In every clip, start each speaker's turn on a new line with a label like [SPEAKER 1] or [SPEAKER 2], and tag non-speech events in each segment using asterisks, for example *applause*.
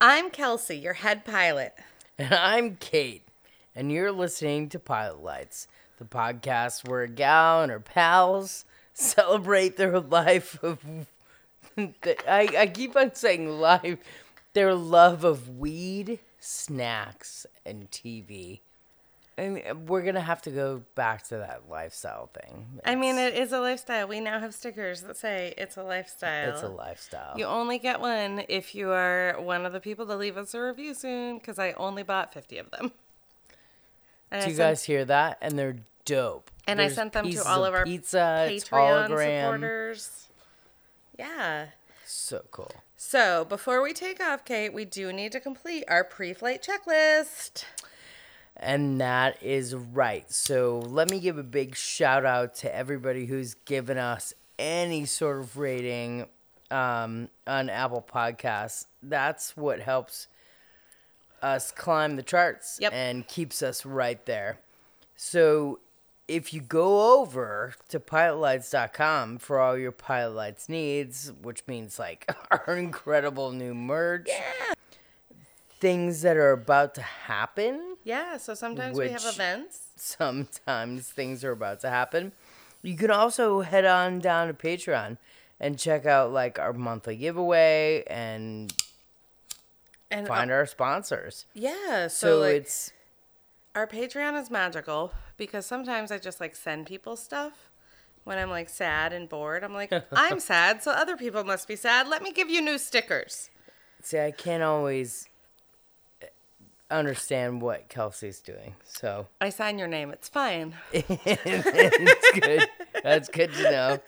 [SPEAKER 1] I'm Kelsey, your head pilot.
[SPEAKER 2] And *laughs* I'm Kate, and you're listening to Pilot Lights, the podcast where a gal and her pals *laughs* celebrate their *laughs* life of. I, I keep on saying life, their love of weed, snacks, and TV. And we're going to have to go back to that lifestyle thing.
[SPEAKER 1] I mean, it is a lifestyle. We now have stickers that say it's a lifestyle.
[SPEAKER 2] It's a lifestyle.
[SPEAKER 1] You only get one if you are one of the people to leave us a review soon because I only bought 50 of them. And
[SPEAKER 2] Do
[SPEAKER 1] I
[SPEAKER 2] you
[SPEAKER 1] sent-
[SPEAKER 2] guys hear that? And they're dope.
[SPEAKER 1] and I
[SPEAKER 2] There's
[SPEAKER 1] sent them to
[SPEAKER 2] pieces
[SPEAKER 1] all of our
[SPEAKER 2] pizza, it's
[SPEAKER 1] Patreon
[SPEAKER 2] hologram.
[SPEAKER 1] supporters. Yeah.
[SPEAKER 2] So cool.
[SPEAKER 1] So before we take off, Kate, we do need to complete our pre-flight checklist.
[SPEAKER 2] And that is right. So let me give a big shout out to everybody who's given us any sort of rating um, on Apple Podcasts. That's what helps us climb the charts
[SPEAKER 1] Yep.
[SPEAKER 2] and keeps us right there. So if you go over to pilotlights.com for all your pilot lights needs, which means like *laughs* our incredible new merch, things that are about to happen
[SPEAKER 1] Yeah. So sometimes we have
[SPEAKER 2] Which-
[SPEAKER 1] events.
[SPEAKER 2] *laughs* sometimes things are about to happen. You can also head on down to Patreon and check out like our monthly giveaway and
[SPEAKER 1] And uh,
[SPEAKER 2] find our sponsors.
[SPEAKER 1] yeah. Oh. So,
[SPEAKER 2] So,
[SPEAKER 1] like,
[SPEAKER 2] it's
[SPEAKER 1] our Patreon is magical because sometimes I just like send people stuff when I'm like sad and bored. I'm like, I'm sad, so other people must be sad. Let me give you new stickers.
[SPEAKER 2] see, I can't always eh, understand what Kelsey's doing. So *laughs*
[SPEAKER 1] I sign your name. It's fine.
[SPEAKER 2] it's good. That's good to know.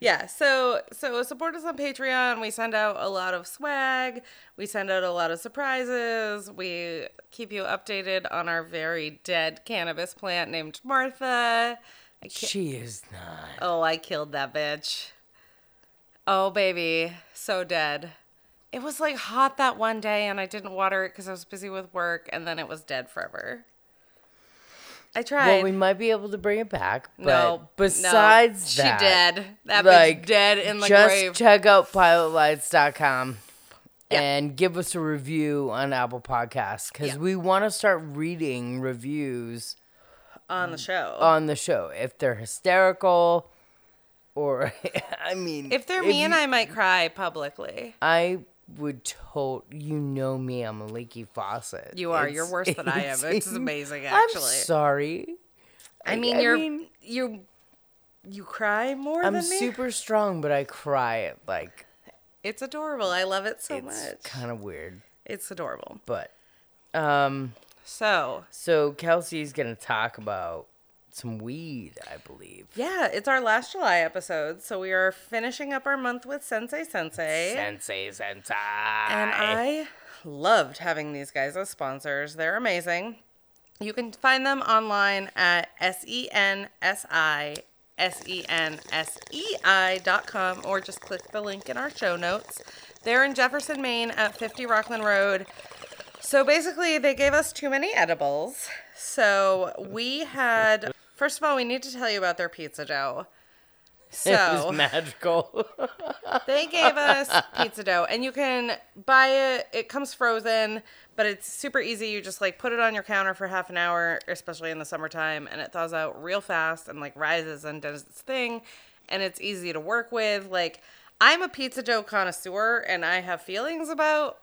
[SPEAKER 1] yeah. So so support us on Patreon. We send out a lot of swag. We send out a lot of surprises. We keep you updated on our very dead cannabis plant named Martha. I can't-
[SPEAKER 2] She is not.
[SPEAKER 1] Oh, I killed that bitch. Oh, baby. So dead. It was like hot that one day, and I didn't water it because I was busy with work, and then it was dead forever. I tried.
[SPEAKER 2] Well, we might be able to bring it back, but
[SPEAKER 1] no.
[SPEAKER 2] besides
[SPEAKER 1] no,
[SPEAKER 2] that,
[SPEAKER 1] she dead. That bitch
[SPEAKER 2] like,
[SPEAKER 1] dead in the
[SPEAKER 2] just
[SPEAKER 1] grave.
[SPEAKER 2] check out pilotlights.com
[SPEAKER 1] Yeah.
[SPEAKER 2] and give us a review on Apple Podcasts because
[SPEAKER 1] Yeah.
[SPEAKER 2] we want to start reading reviews
[SPEAKER 1] on the show.
[SPEAKER 2] on the show if they're hysterical or *laughs* I mean
[SPEAKER 1] if they're mean,
[SPEAKER 2] you-
[SPEAKER 1] I might cry publicly.
[SPEAKER 2] I would told you know me I'm a leaky faucet.
[SPEAKER 1] You are. You're
[SPEAKER 2] It's-
[SPEAKER 1] worse than I am. It's amazing,
[SPEAKER 2] I'm
[SPEAKER 1] actually.
[SPEAKER 2] sorry.
[SPEAKER 1] I mean,
[SPEAKER 2] I
[SPEAKER 1] you're
[SPEAKER 2] mean-
[SPEAKER 1] you you cry more
[SPEAKER 2] I'm
[SPEAKER 1] than me.
[SPEAKER 2] super strong, but I cry at like
[SPEAKER 1] it's adorable. I love it so
[SPEAKER 2] it's
[SPEAKER 1] much.
[SPEAKER 2] kind of weird,
[SPEAKER 1] It's adorable.
[SPEAKER 2] but um.
[SPEAKER 1] So,
[SPEAKER 2] So Kelsey's gonna talk about some weed, I believe.
[SPEAKER 1] yeah, it's our last July episode. So, we are finishing up our month with Sensei Sensei.
[SPEAKER 2] Sensei, sensei.
[SPEAKER 1] Eh? and I loved having these guys as sponsors. They're amazing. You can find them online at S E N S I S E N S E I dot com or just click the link in our show notes. They're in Jefferson, Maine at 50 Rockland Road. So basically, they gave us too many edibles. So we had, first of all, we need to tell you about their pizza dough. So
[SPEAKER 2] *laughs* it was magical.
[SPEAKER 1] *laughs* they gave us pizza dough, and you can buy it. It comes frozen, but it's super easy. You just like put it on your counter for half an hour, especially in the summertime, and it thaws out real fast and like rises and does its thing, and it's easy to work with. Like, I'm a pizza dough connoisseur, and I have feelings about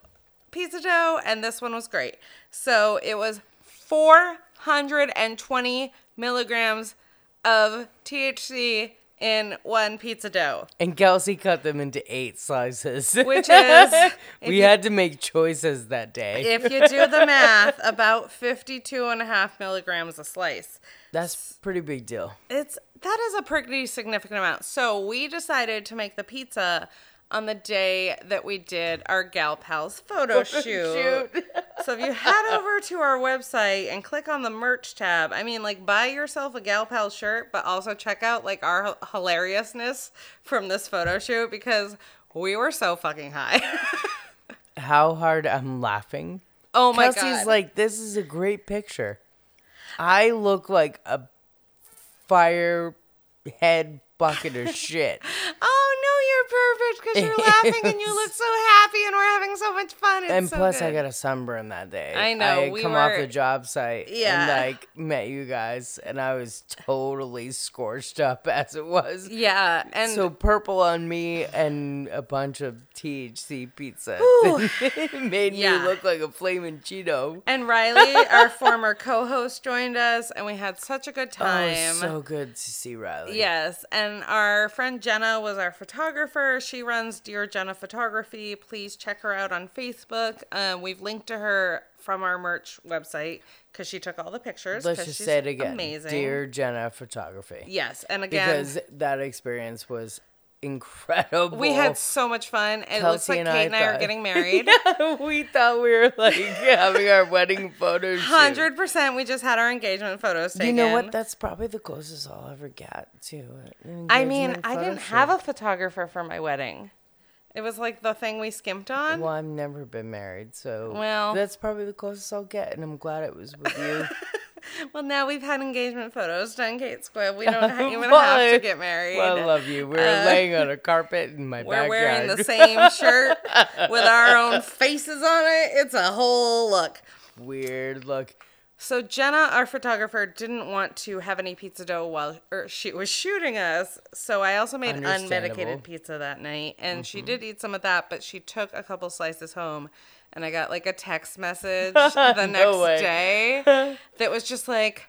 [SPEAKER 1] pizza dough, and this one was great. So it was 420 milligrams of THC in one pizza dough.
[SPEAKER 2] and Kelsey cut them into eight slices, *laughs*
[SPEAKER 1] Which is, if
[SPEAKER 2] we
[SPEAKER 1] you-
[SPEAKER 2] had to make choices that day.
[SPEAKER 1] if you do the math, about 52 and a half milligrams a slice.
[SPEAKER 2] That's pretty big deal.
[SPEAKER 1] It's that is a pretty significant amount. So we decided to make the pizza on the day that we did our gal pals photo shoot. so if you head over to our website and click on the merch tab, I mean like buy yourself a gal pal shirt, but also check out like our h- hilariousness from this photo shoot because we were so fucking high.
[SPEAKER 2] *laughs*
[SPEAKER 1] *laughs*
[SPEAKER 2] How hard I'm laughing.
[SPEAKER 1] oh my
[SPEAKER 2] Kelsey's
[SPEAKER 1] god.
[SPEAKER 2] like, this is a great picture. I look like a
[SPEAKER 1] *laughs*
[SPEAKER 2] firehead bucket of shit.
[SPEAKER 1] Oh perfect because you're laughing and you
[SPEAKER 2] *laughs*
[SPEAKER 1] look so happy and we're having so much fun. It's
[SPEAKER 2] and
[SPEAKER 1] so
[SPEAKER 2] plus, I
[SPEAKER 1] good.
[SPEAKER 2] got a sunburn that day.
[SPEAKER 1] I know,
[SPEAKER 2] I
[SPEAKER 1] we
[SPEAKER 2] come
[SPEAKER 1] were-
[SPEAKER 2] off the job site
[SPEAKER 1] Yeah.
[SPEAKER 2] and like met you guys, and I was totally scorched up *laughs* as it was.
[SPEAKER 1] Yeah, and
[SPEAKER 2] so purple on me and a bunch of THC pizza *laughs* made
[SPEAKER 1] Yeah.
[SPEAKER 2] me look like a flaming Cheeto.
[SPEAKER 1] and Riley, our former co-host, joined us, and we had such a good
[SPEAKER 2] Oh,
[SPEAKER 1] time.
[SPEAKER 2] so good to see Riley.
[SPEAKER 1] Yes, and our friend Jenna was our photographer. She runs Dear Jenna Photography. Please check her out on Facebook. Um, we've linked to her from our merch website because she took all the pictures.
[SPEAKER 2] Let's
[SPEAKER 1] 'cause
[SPEAKER 2] just
[SPEAKER 1] she's
[SPEAKER 2] say it again,
[SPEAKER 1] Amazing.
[SPEAKER 2] dear Jenna Photography,
[SPEAKER 1] yes, and again,
[SPEAKER 2] because that experience was incredible.
[SPEAKER 1] we had so much fun. It looks
[SPEAKER 2] Kelsey
[SPEAKER 1] like
[SPEAKER 2] and
[SPEAKER 1] Kate
[SPEAKER 2] I
[SPEAKER 1] and I are
[SPEAKER 2] thought-
[SPEAKER 1] getting
[SPEAKER 2] *laughs*
[SPEAKER 1] married. *laughs*
[SPEAKER 2] we thought we were *laughs* like having our wedding photo shoot.
[SPEAKER 1] Hundred percent. We just had our engagement photos taken.
[SPEAKER 2] You know what? That's probably the closest I'll ever get to. an
[SPEAKER 1] I mean,
[SPEAKER 2] engagement
[SPEAKER 1] I
[SPEAKER 2] photo
[SPEAKER 1] didn't
[SPEAKER 2] shoot.
[SPEAKER 1] have a photographer for my wedding. It was like the thing we skimped on.
[SPEAKER 2] Well, I've never been married, so
[SPEAKER 1] Well-
[SPEAKER 2] that's probably the closest I'll get, and I'm glad it was with
[SPEAKER 1] *laughs*
[SPEAKER 2] you.
[SPEAKER 1] Well, now we've had engagement photos done, Kate Squibb. We don't
[SPEAKER 2] *laughs*
[SPEAKER 1] ha- even have to get married.
[SPEAKER 2] Well, I love you. We're
[SPEAKER 1] Uh,
[SPEAKER 2] laying on a carpet in
[SPEAKER 1] *laughs*
[SPEAKER 2] my
[SPEAKER 1] We're
[SPEAKER 2] backyard.
[SPEAKER 1] wearing the same shirt with
[SPEAKER 2] *laughs*
[SPEAKER 1] our own faces on it. It's a whole look.
[SPEAKER 2] Weird look.
[SPEAKER 1] So Jenna, our photographer, didn't want to have any pizza dough while er, she was shooting us. So I also made
[SPEAKER 2] Understandable. Mm-hmm.
[SPEAKER 1] unmedicated pizza that night, and she did eat some of that, but she took a couple slices home. And I got like a text
[SPEAKER 2] *laughs*
[SPEAKER 1] message the next
[SPEAKER 2] way.
[SPEAKER 1] day
[SPEAKER 2] *laughs*
[SPEAKER 1] that was just like,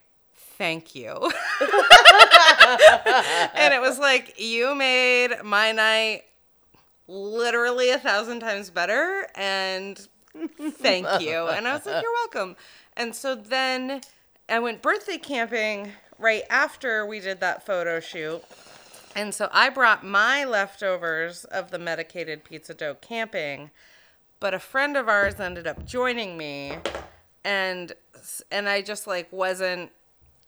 [SPEAKER 1] "Thank you." and it was like, "You made my night literally a thousand times better and thank you and i was like you're welcome and so then i went birthday camping right after we did that photo shoot and so i brought my leftovers of the medicated pizza dough camping but a friend of ours ended up joining me and and i just like wasn't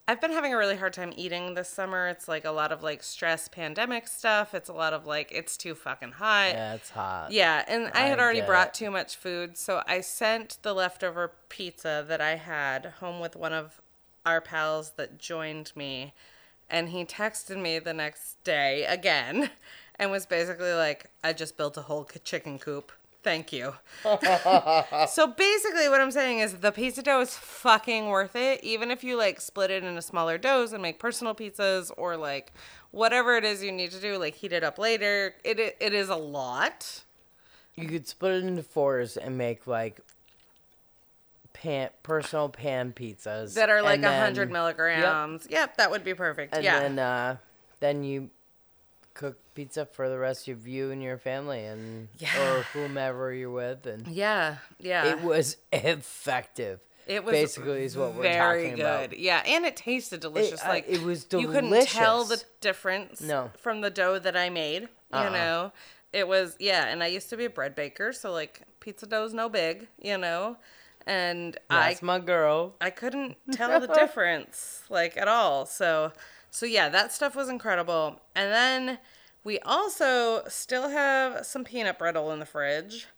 [SPEAKER 1] I've been having a really hard time eating this summer. It's like a lot of like stress pandemic stuff. It's a lot of like it's too fucking hot.
[SPEAKER 2] That's hot.
[SPEAKER 1] Yeah, and I had
[SPEAKER 2] I
[SPEAKER 1] already
[SPEAKER 2] get
[SPEAKER 1] brought too much food, so I sent the leftover pizza that I had home with one of our pals that joined me, and he texted me the next day again *laughs* and was basically like, I just built a whole c- chicken coop. Thank you. so basically, what I'm saying is the pizza dough is fucking worth it, even if you like split it into smaller doughs and make personal pizzas or like whatever it is you need to do, like heat it up later. It it, it is a lot.
[SPEAKER 2] You could split it into fours and make like pan personal pan pizzas
[SPEAKER 1] that are like
[SPEAKER 2] and then-
[SPEAKER 1] hundred milligrams. Yep. that would be perfect.
[SPEAKER 2] And
[SPEAKER 1] yeah,
[SPEAKER 2] then uh, then you cook pizza for the rest of you and your family and or
[SPEAKER 1] Yeah.
[SPEAKER 2] whomever you're with and
[SPEAKER 1] yeah, yeah.
[SPEAKER 2] it was effective.
[SPEAKER 1] It was
[SPEAKER 2] basically is what we're
[SPEAKER 1] very
[SPEAKER 2] talking
[SPEAKER 1] good.
[SPEAKER 2] about.
[SPEAKER 1] Yeah, and it tasted delicious.
[SPEAKER 2] uh,
[SPEAKER 1] like
[SPEAKER 2] it was
[SPEAKER 1] You couldn't tell the
[SPEAKER 2] delicious.
[SPEAKER 1] difference
[SPEAKER 2] No. Uh-uh.
[SPEAKER 1] from the dough that I made. You know, it was yeah. And I used to be a bread baker, so like pizza dough's no big. You know, and I
[SPEAKER 2] That's my girl.
[SPEAKER 1] I couldn't tell the difference like at all. So so yeah, that stuff was incredible. And then we also still have some peanut brittle in the fridge.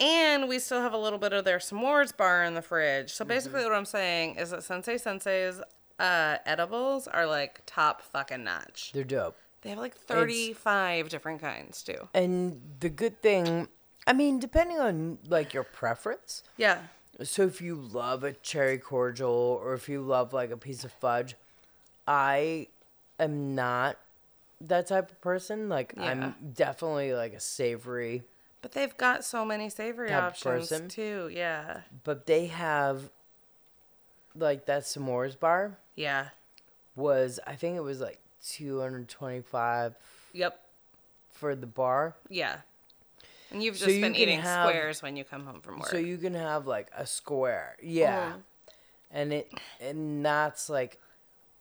[SPEAKER 1] And we still have a little bit of their s'mores bar in the fridge. So basically what I'm saying is that Sensei Sensei's uh, edibles are like top fucking notch.
[SPEAKER 2] They're dope.
[SPEAKER 1] They have like 35 different kinds too.
[SPEAKER 2] And the good thing, I mean, depending on like your preference.
[SPEAKER 1] Yeah.
[SPEAKER 2] So if you love a cherry cordial or if you love like a piece of fudge, I am not that type of person. Like
[SPEAKER 1] Yeah.
[SPEAKER 2] I'm definitely like a savory,
[SPEAKER 1] But they've got so many savory
[SPEAKER 2] Type of
[SPEAKER 1] options
[SPEAKER 2] person.
[SPEAKER 1] too. Yeah.
[SPEAKER 2] but they have like that s'mores bar
[SPEAKER 1] Yeah.
[SPEAKER 2] was I think it was like 225
[SPEAKER 1] Yep.
[SPEAKER 2] for the bar.
[SPEAKER 1] Yeah. And you've
[SPEAKER 2] So
[SPEAKER 1] just
[SPEAKER 2] you
[SPEAKER 1] been
[SPEAKER 2] can
[SPEAKER 1] eating
[SPEAKER 2] have-
[SPEAKER 1] squares when you come home from work.
[SPEAKER 2] So you can have like a square. Yeah. And it and that's like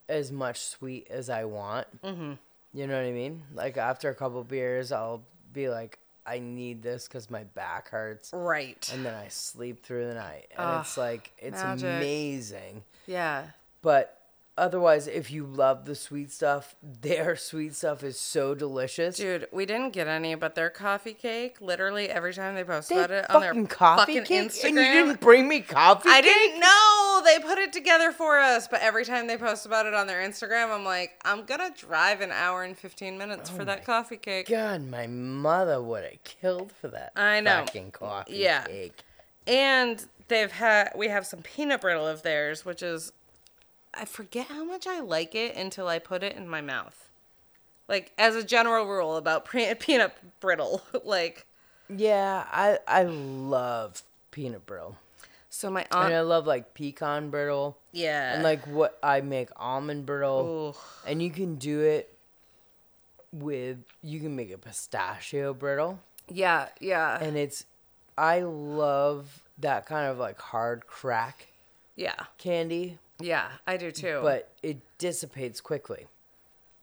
[SPEAKER 2] as much sweet as I want. Mm-hmm. You know what I mean? Like after a couple beers, I'll be like, I need this because my back hurts,
[SPEAKER 1] right.
[SPEAKER 2] and then I sleep through the night, and it's like it's
[SPEAKER 1] magic.
[SPEAKER 2] amazing.
[SPEAKER 1] yeah.
[SPEAKER 2] But Otherwise, if you love the sweet stuff, *laughs* their sweet stuff is so delicious.
[SPEAKER 1] Dude, we didn't get any, but their coffee cake, literally every time they post about it on
[SPEAKER 2] fucking
[SPEAKER 1] their
[SPEAKER 2] coffee
[SPEAKER 1] fucking
[SPEAKER 2] cake,
[SPEAKER 1] Instagram.
[SPEAKER 2] and you didn't bring me coffee.
[SPEAKER 1] I
[SPEAKER 2] cake?
[SPEAKER 1] didn't know they put it together for us, but every time they post about it on their Instagram, I'm like, I'm gonna drive an hour and 15 minutes
[SPEAKER 2] Oh
[SPEAKER 1] for that coffee cake.
[SPEAKER 2] God, my mother would have killed for that.
[SPEAKER 1] I know.
[SPEAKER 2] Fucking coffee
[SPEAKER 1] Yeah.
[SPEAKER 2] cake.
[SPEAKER 1] And they've had we have some peanut brittle of theirs, which is I forget how much I like it until I put it in my mouth. Like as a general rule about pre- *laughs* peanut brittle, *laughs* like
[SPEAKER 2] Yeah, I I love peanut brittle,
[SPEAKER 1] so my
[SPEAKER 2] and
[SPEAKER 1] aunt,
[SPEAKER 2] I love like pecan brittle,
[SPEAKER 1] yeah,
[SPEAKER 2] and like what I make almond brittle,
[SPEAKER 1] uh, Ooh.
[SPEAKER 2] and you can do it with you can make a pistachio brittle,
[SPEAKER 1] yeah, yeah,
[SPEAKER 2] and it's I love that kind of like hard crack
[SPEAKER 1] yeah,
[SPEAKER 2] candy,
[SPEAKER 1] yeah. I do too.
[SPEAKER 2] but it dissipates quickly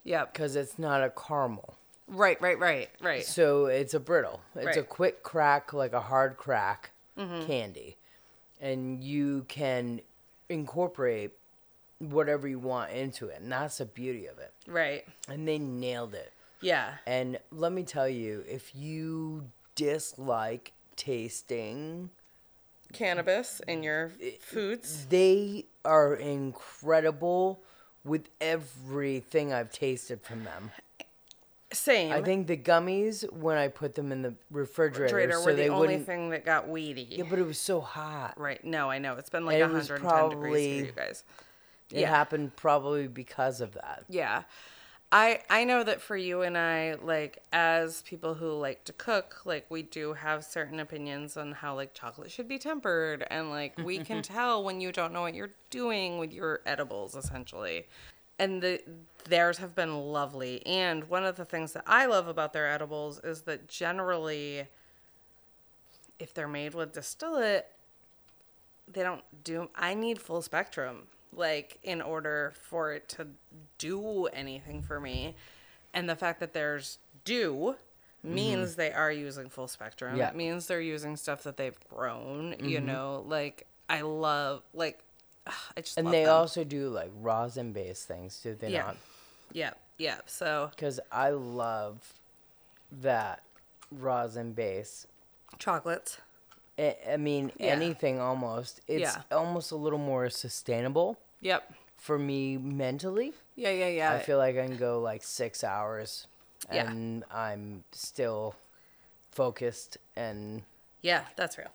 [SPEAKER 1] yep,
[SPEAKER 2] because it's not a caramel.
[SPEAKER 1] right, right, right, right.
[SPEAKER 2] So it's a brittle. It's a
[SPEAKER 1] Right.
[SPEAKER 2] quick crack, like a hard crack candy. And you can incorporate whatever you want into it. And that's the beauty of it.
[SPEAKER 1] Right.
[SPEAKER 2] And they nailed it.
[SPEAKER 1] Yeah.
[SPEAKER 2] And let me tell you, if you dislike tasting,
[SPEAKER 1] Cannabis in your foods.
[SPEAKER 2] they are incredible with everything I've tasted from them.
[SPEAKER 1] Same.
[SPEAKER 2] I think the gummies, when I put them in the refrigerator,
[SPEAKER 1] Trader
[SPEAKER 2] so
[SPEAKER 1] were
[SPEAKER 2] they
[SPEAKER 1] the only
[SPEAKER 2] wouldn't.
[SPEAKER 1] thing that got weedy.
[SPEAKER 2] Yeah, but it was so hot.
[SPEAKER 1] Right. No, I know. It's been like
[SPEAKER 2] It was
[SPEAKER 1] 110 degrees
[SPEAKER 2] probably-
[SPEAKER 1] for you guys.
[SPEAKER 2] It
[SPEAKER 1] Yeah.
[SPEAKER 2] happened probably because of that.
[SPEAKER 1] Yeah. I I know that for you and I like as people who like to cook, like we do have certain opinions on how like chocolate should be tempered and like we can tell when you don't know what you're doing with your edibles essentially. And the theirs have been lovely. And one of the things that I love about their edibles is that generally if they're made with distillate, they don't do I need full spectrum like in order for it to do anything for me. And the fact that there's do means they are using full spectrum.
[SPEAKER 2] Mm-hmm. Yeah. Mm-hmm.
[SPEAKER 1] It means they're using stuff that they've grown, you know, like I love like ugh, I just
[SPEAKER 2] And
[SPEAKER 1] love
[SPEAKER 2] they
[SPEAKER 1] them.
[SPEAKER 2] also do like rosin based things, do they
[SPEAKER 1] yeah.
[SPEAKER 2] not?
[SPEAKER 1] Yeah. Yeah. So
[SPEAKER 2] Because I love that rosin base.
[SPEAKER 1] chocolates.
[SPEAKER 2] I, I mean, anything almost. It's
[SPEAKER 1] Yeah.
[SPEAKER 2] almost a little more sustainable
[SPEAKER 1] Yep.
[SPEAKER 2] for me mentally.
[SPEAKER 1] Yeah, yeah, yeah.
[SPEAKER 2] I feel like I can go like six hours
[SPEAKER 1] Yeah.
[SPEAKER 2] and I'm still focused and,
[SPEAKER 1] yeah, that's real.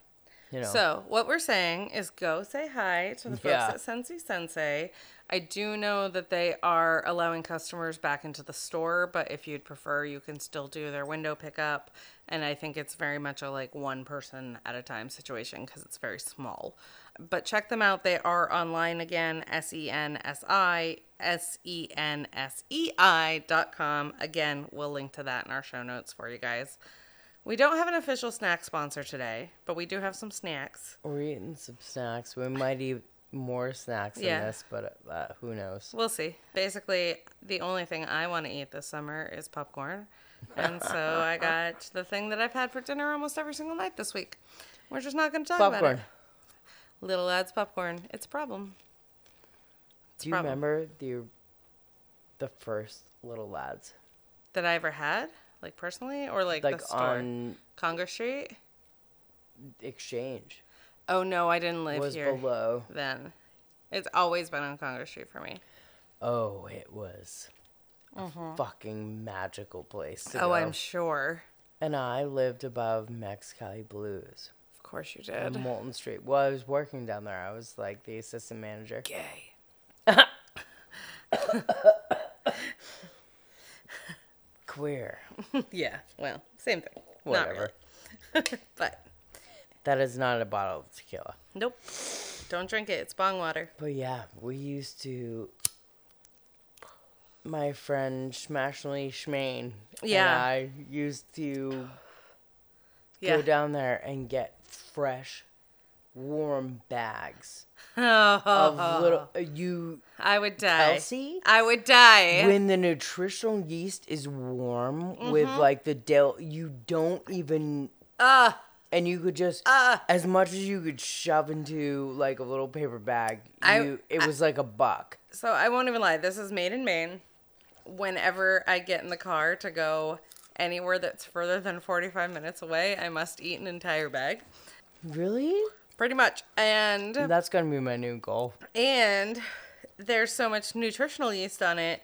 [SPEAKER 2] you know.
[SPEAKER 1] So what we're saying is go say hi to the folks
[SPEAKER 2] Yeah.
[SPEAKER 1] at Sensi Sensei. I do know that they are allowing customers back into the store, but if you'd prefer, you can still do their window pickup. And I think it's very much a like one person at a time situation because it's very small. But check them out. They are online again, S E N S I S E N S E I dot com. Again, we'll link to that in our show notes for you guys. We don't have an official snack sponsor today, but we do have some snacks.
[SPEAKER 2] We're eating some snacks. We might eat more snacks in
[SPEAKER 1] Yeah.
[SPEAKER 2] this, but uh, who knows?
[SPEAKER 1] We'll see. Basically, the only thing I want to eat this summer is popcorn. And so
[SPEAKER 2] *laughs*
[SPEAKER 1] I got the thing that I've had for dinner almost every single night this week. We're just not going to talk about
[SPEAKER 2] Popcorn.
[SPEAKER 1] it. Little lad's popcorn. It's a problem.
[SPEAKER 2] Do you
[SPEAKER 1] problem.
[SPEAKER 2] remember the the first Little Lads,
[SPEAKER 1] That I ever had, like personally, or like,
[SPEAKER 2] like
[SPEAKER 1] the store.
[SPEAKER 2] on
[SPEAKER 1] Congress Street?
[SPEAKER 2] Exchange,
[SPEAKER 1] Oh, no, I didn't live
[SPEAKER 2] was
[SPEAKER 1] here
[SPEAKER 2] below?
[SPEAKER 1] then. It's always been on Congress Street for me.
[SPEAKER 2] Oh, it was a fucking magical place to
[SPEAKER 1] Mm-hmm. Oh,
[SPEAKER 2] go.
[SPEAKER 1] I'm sure.
[SPEAKER 2] and I lived above Max Cali Blues,
[SPEAKER 1] Of course you
[SPEAKER 2] on
[SPEAKER 1] did.
[SPEAKER 2] Moulton Street. Well, I was working down there. I was like the assistant manager.
[SPEAKER 1] Gay.
[SPEAKER 2] Queer,
[SPEAKER 1] *laughs* Yeah. Well, same thing. Not
[SPEAKER 2] whatever.
[SPEAKER 1] really. *laughs* but
[SPEAKER 2] That is not a bottle of tequila.
[SPEAKER 1] nope. Don't drink it. It's bong water.
[SPEAKER 2] But yeah, we used to. My friend Schmashley Schmain
[SPEAKER 1] Yeah.
[SPEAKER 2] and I used to
[SPEAKER 1] Yeah. *laughs*
[SPEAKER 2] go down there and get fresh, warm bags of little. uh, You
[SPEAKER 1] Oh, I would die.
[SPEAKER 2] Kelsey?
[SPEAKER 1] I would die.
[SPEAKER 2] when the nutritional Mm-hmm. yeast is warm with like the dill, you don't even.
[SPEAKER 1] Ugh.
[SPEAKER 2] and you could just
[SPEAKER 1] Ah.
[SPEAKER 2] as much as you could shove into like a little paper bag.
[SPEAKER 1] I-
[SPEAKER 2] you, it was like a buck.
[SPEAKER 1] So I won't even lie. This is made in Maine. Whenever I get in the car to go anywhere that's further than 45 minutes away, I must eat an entire bag.
[SPEAKER 2] Really?
[SPEAKER 1] Pretty much. And
[SPEAKER 2] That's gonna be my new goal.
[SPEAKER 1] and there's so much nutritional yeast on it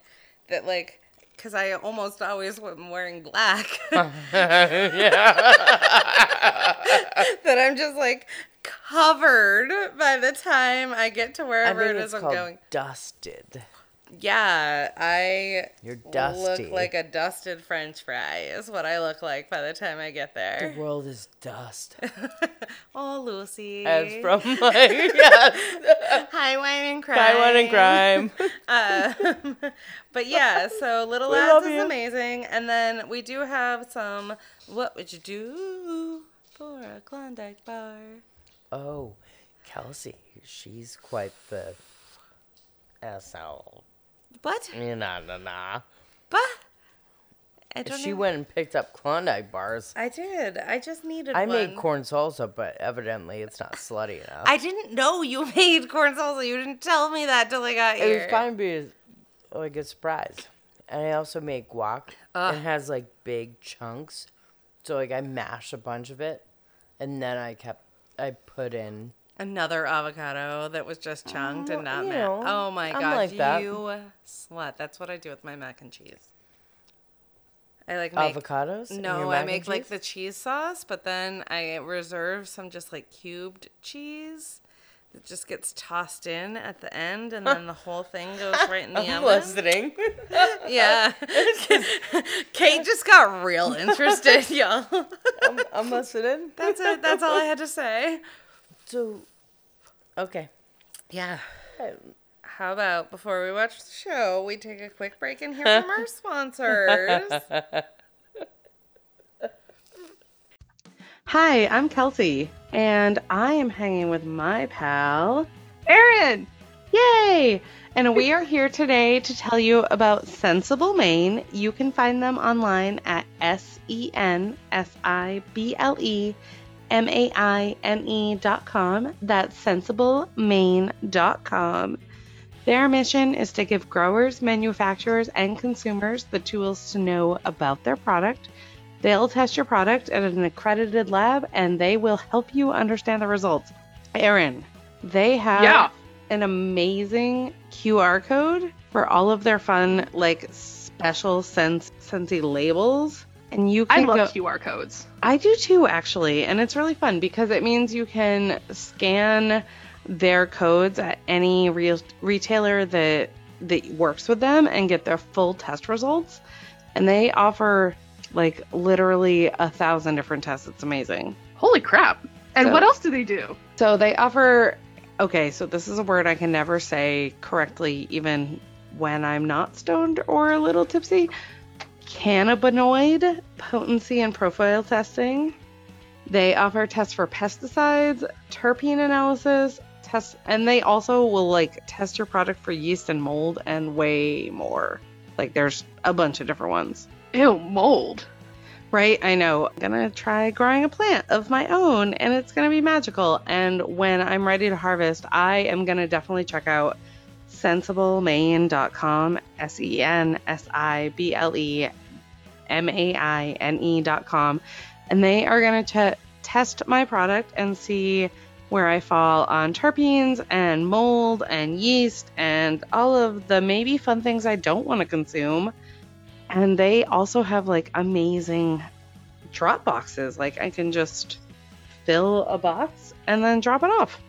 [SPEAKER 1] that like because I almost always am wearing
[SPEAKER 2] *laughs*
[SPEAKER 1] black *laughs* that I'm just like covered by the time I get to
[SPEAKER 2] I
[SPEAKER 1] wherever
[SPEAKER 2] think
[SPEAKER 1] it
[SPEAKER 2] it's
[SPEAKER 1] is I'm
[SPEAKER 2] called
[SPEAKER 1] going.
[SPEAKER 2] dusted.
[SPEAKER 1] Yeah, I
[SPEAKER 2] You're dusty.
[SPEAKER 1] look like a dusted French fry is what I look like by the time I get
[SPEAKER 2] The
[SPEAKER 1] there.
[SPEAKER 2] world is
[SPEAKER 1] *laughs*
[SPEAKER 2] dust.
[SPEAKER 1] Oh, Lucy.
[SPEAKER 2] As from like *laughs* yes,
[SPEAKER 1] High Wine and Crime.
[SPEAKER 2] Taiwan and crime.
[SPEAKER 1] Um, *laughs* but yeah, so Little
[SPEAKER 2] *laughs* We
[SPEAKER 1] Lads
[SPEAKER 2] love
[SPEAKER 1] is
[SPEAKER 2] you.
[SPEAKER 1] amazing. And then we do have some What Would You Do for a Klondike Bar?
[SPEAKER 2] *laughs* Oh, Kelsey, she's quite the asshole.
[SPEAKER 1] What?
[SPEAKER 2] Nah, nah, nah.
[SPEAKER 1] Bah! I don't
[SPEAKER 2] She
[SPEAKER 1] know.
[SPEAKER 2] went and picked up Klondike bars.
[SPEAKER 1] I did. I just needed
[SPEAKER 2] I
[SPEAKER 1] one.
[SPEAKER 2] made corn salsa, but evidently it's not slutty enough.
[SPEAKER 1] I didn't know you *laughs* made corn salsa. You didn't tell me that till I got
[SPEAKER 2] it
[SPEAKER 1] here.
[SPEAKER 2] was kind of be like a surprise. And I also made guac.
[SPEAKER 1] Ugh.
[SPEAKER 2] It has like big chunks, so like I mashed a bunch of it, and then I kept I put in
[SPEAKER 1] Another avocado that was just chunked and not
[SPEAKER 2] Oh, you
[SPEAKER 1] ma-
[SPEAKER 2] know,
[SPEAKER 1] Oh my
[SPEAKER 2] I'm
[SPEAKER 1] god,
[SPEAKER 2] like that.
[SPEAKER 1] you slut! That's what I do with my mac and cheese. I like make,
[SPEAKER 2] avocados. in your
[SPEAKER 1] No, I
[SPEAKER 2] mac and
[SPEAKER 1] make like
[SPEAKER 2] cheese?
[SPEAKER 1] the cheese sauce, but then I reserve some just like cubed cheese that just gets tossed in at the end, and then the whole thing *laughs* goes right in the
[SPEAKER 2] *laughs*
[SPEAKER 1] oven.
[SPEAKER 2] I'm listening.
[SPEAKER 1] *laughs* Yeah, *laughs* Kate just got real interested, *laughs* y'all.
[SPEAKER 2] I'm, I'm listening.
[SPEAKER 1] That's it. That's all I had to say.
[SPEAKER 2] So, okay.
[SPEAKER 1] Yeah.
[SPEAKER 2] I-
[SPEAKER 1] Um, How about before we watch the show, we take a quick break and hear from our sponsors? Hi, I'm Kelsey, and I am hanging with my pal, Aaron. Yay! And we are here today to tell you about Sensible Maine. You can find them online at S E N S I B L E M A I N E dot com. That's sensiblemaine.com. Their mission is to give growers, manufacturers, and consumers the tools to know about their product. They'll test your product at an accredited lab and they will help you understand the results. Erin, they have
[SPEAKER 3] Yeah.
[SPEAKER 1] an amazing QR code for all of their fun, like special sense sensey labels. And you
[SPEAKER 3] I
[SPEAKER 1] can go-
[SPEAKER 3] love QR codes.
[SPEAKER 1] I do too, actually. And it's really fun because it means you can scan their codes at any real retailer that that works with them and get their full test results. And they offer like literally a thousand different tests. It's amazing.
[SPEAKER 3] Holy crap. And
[SPEAKER 1] So-
[SPEAKER 3] what else do they do?
[SPEAKER 1] So they offer okay, so this is a word I can never say correctly even when I'm not stoned or a little tipsy. Cannabinoid potency and profile testing. They offer tests for pesticides, terpene analysis, tests and they also will like test your product for yeast and mold and way more. Like there's a bunch of different ones.
[SPEAKER 3] Ew, mold.
[SPEAKER 1] Right, I know. I'm gonna try growing a plant of my own and it's gonna be magical. And when I'm ready to harvest, I am gonna definitely check out sensiblemaine.com, S E N S I B L E M A I N E.com. And they are gonna ch- test my product and see where I fall on terpenes and mold and yeast and all of the maybe fun things I don't wanna consume and they also have like amazing drop boxes like i can just fill a box and then drop it off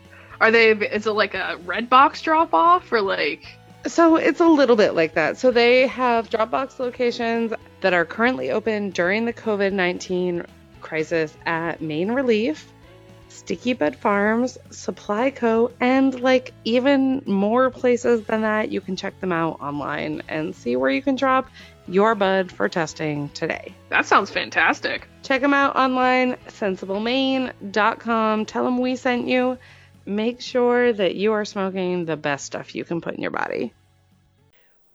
[SPEAKER 3] Are they? Is it like a red box drop off or like?
[SPEAKER 1] so it's a little bit like that so they have drop box locations that are currently open during the covid-19 crisis at main relief sticky bud farms supply co and like even more places than that you can check them out online and see where you can drop your bud for testing today
[SPEAKER 3] That sounds fantastic.
[SPEAKER 1] Check them out online, sensiblemaine.com. Tell them we sent you. Make sure that you are smoking the best stuff you can put in your body.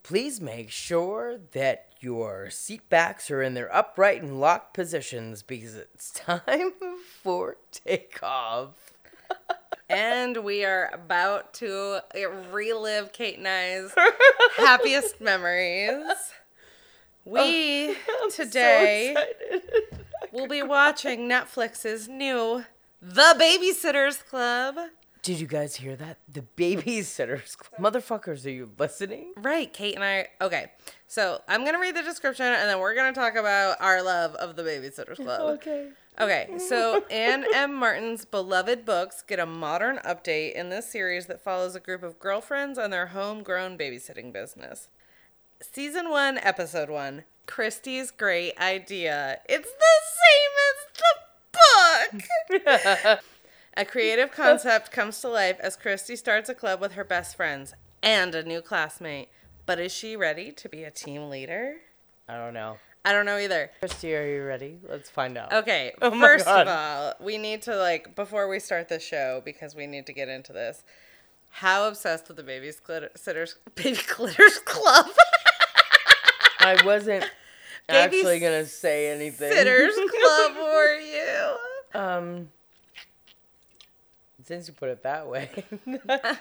[SPEAKER 2] Please make sure that Your seat backs are in their upright and locked positions because it's *laughs* time for takeoff.
[SPEAKER 1] And we are about to relive Kate and *laughs* I's happiest memories. We today
[SPEAKER 2] So excited.
[SPEAKER 1] will be watching Netflix's new The Babysitters Club.
[SPEAKER 2] Did you guys hear that? The *laughs* babysitters. Club. Motherfuckers, are you listening?
[SPEAKER 1] Right, Kate and I. Okay, so I'm gonna read the description and then we're gonna talk about our love of The Babysitters Club.
[SPEAKER 2] Okay.
[SPEAKER 1] Okay, so Anne M. Martin's beloved books get a modern update in this series that follows a group of girlfriends and their homegrown babysitting business. Season 1, Episode 1 Christie's Great Idea. It's the same as the book! a creative concept comes to life as Christie starts a club with her best friends and a new classmate. But is she ready to be a team leader?
[SPEAKER 2] I don't know.
[SPEAKER 1] I don't know either.
[SPEAKER 2] Christy, are you ready? Let's find out.
[SPEAKER 1] Okay,
[SPEAKER 2] my
[SPEAKER 1] first
[SPEAKER 2] God.
[SPEAKER 1] of all, we need to like before we start the show because we need to get into this. How obsessed with the baby's glitter, sitters, *laughs* baby glitters club,
[SPEAKER 2] I wasn't
[SPEAKER 1] *laughs* Baby
[SPEAKER 2] actually gonna say anything.
[SPEAKER 1] sitters
[SPEAKER 2] *laughs*
[SPEAKER 1] club were you?
[SPEAKER 2] Um, since you put it
[SPEAKER 1] *laughs*
[SPEAKER 2] that way, *laughs*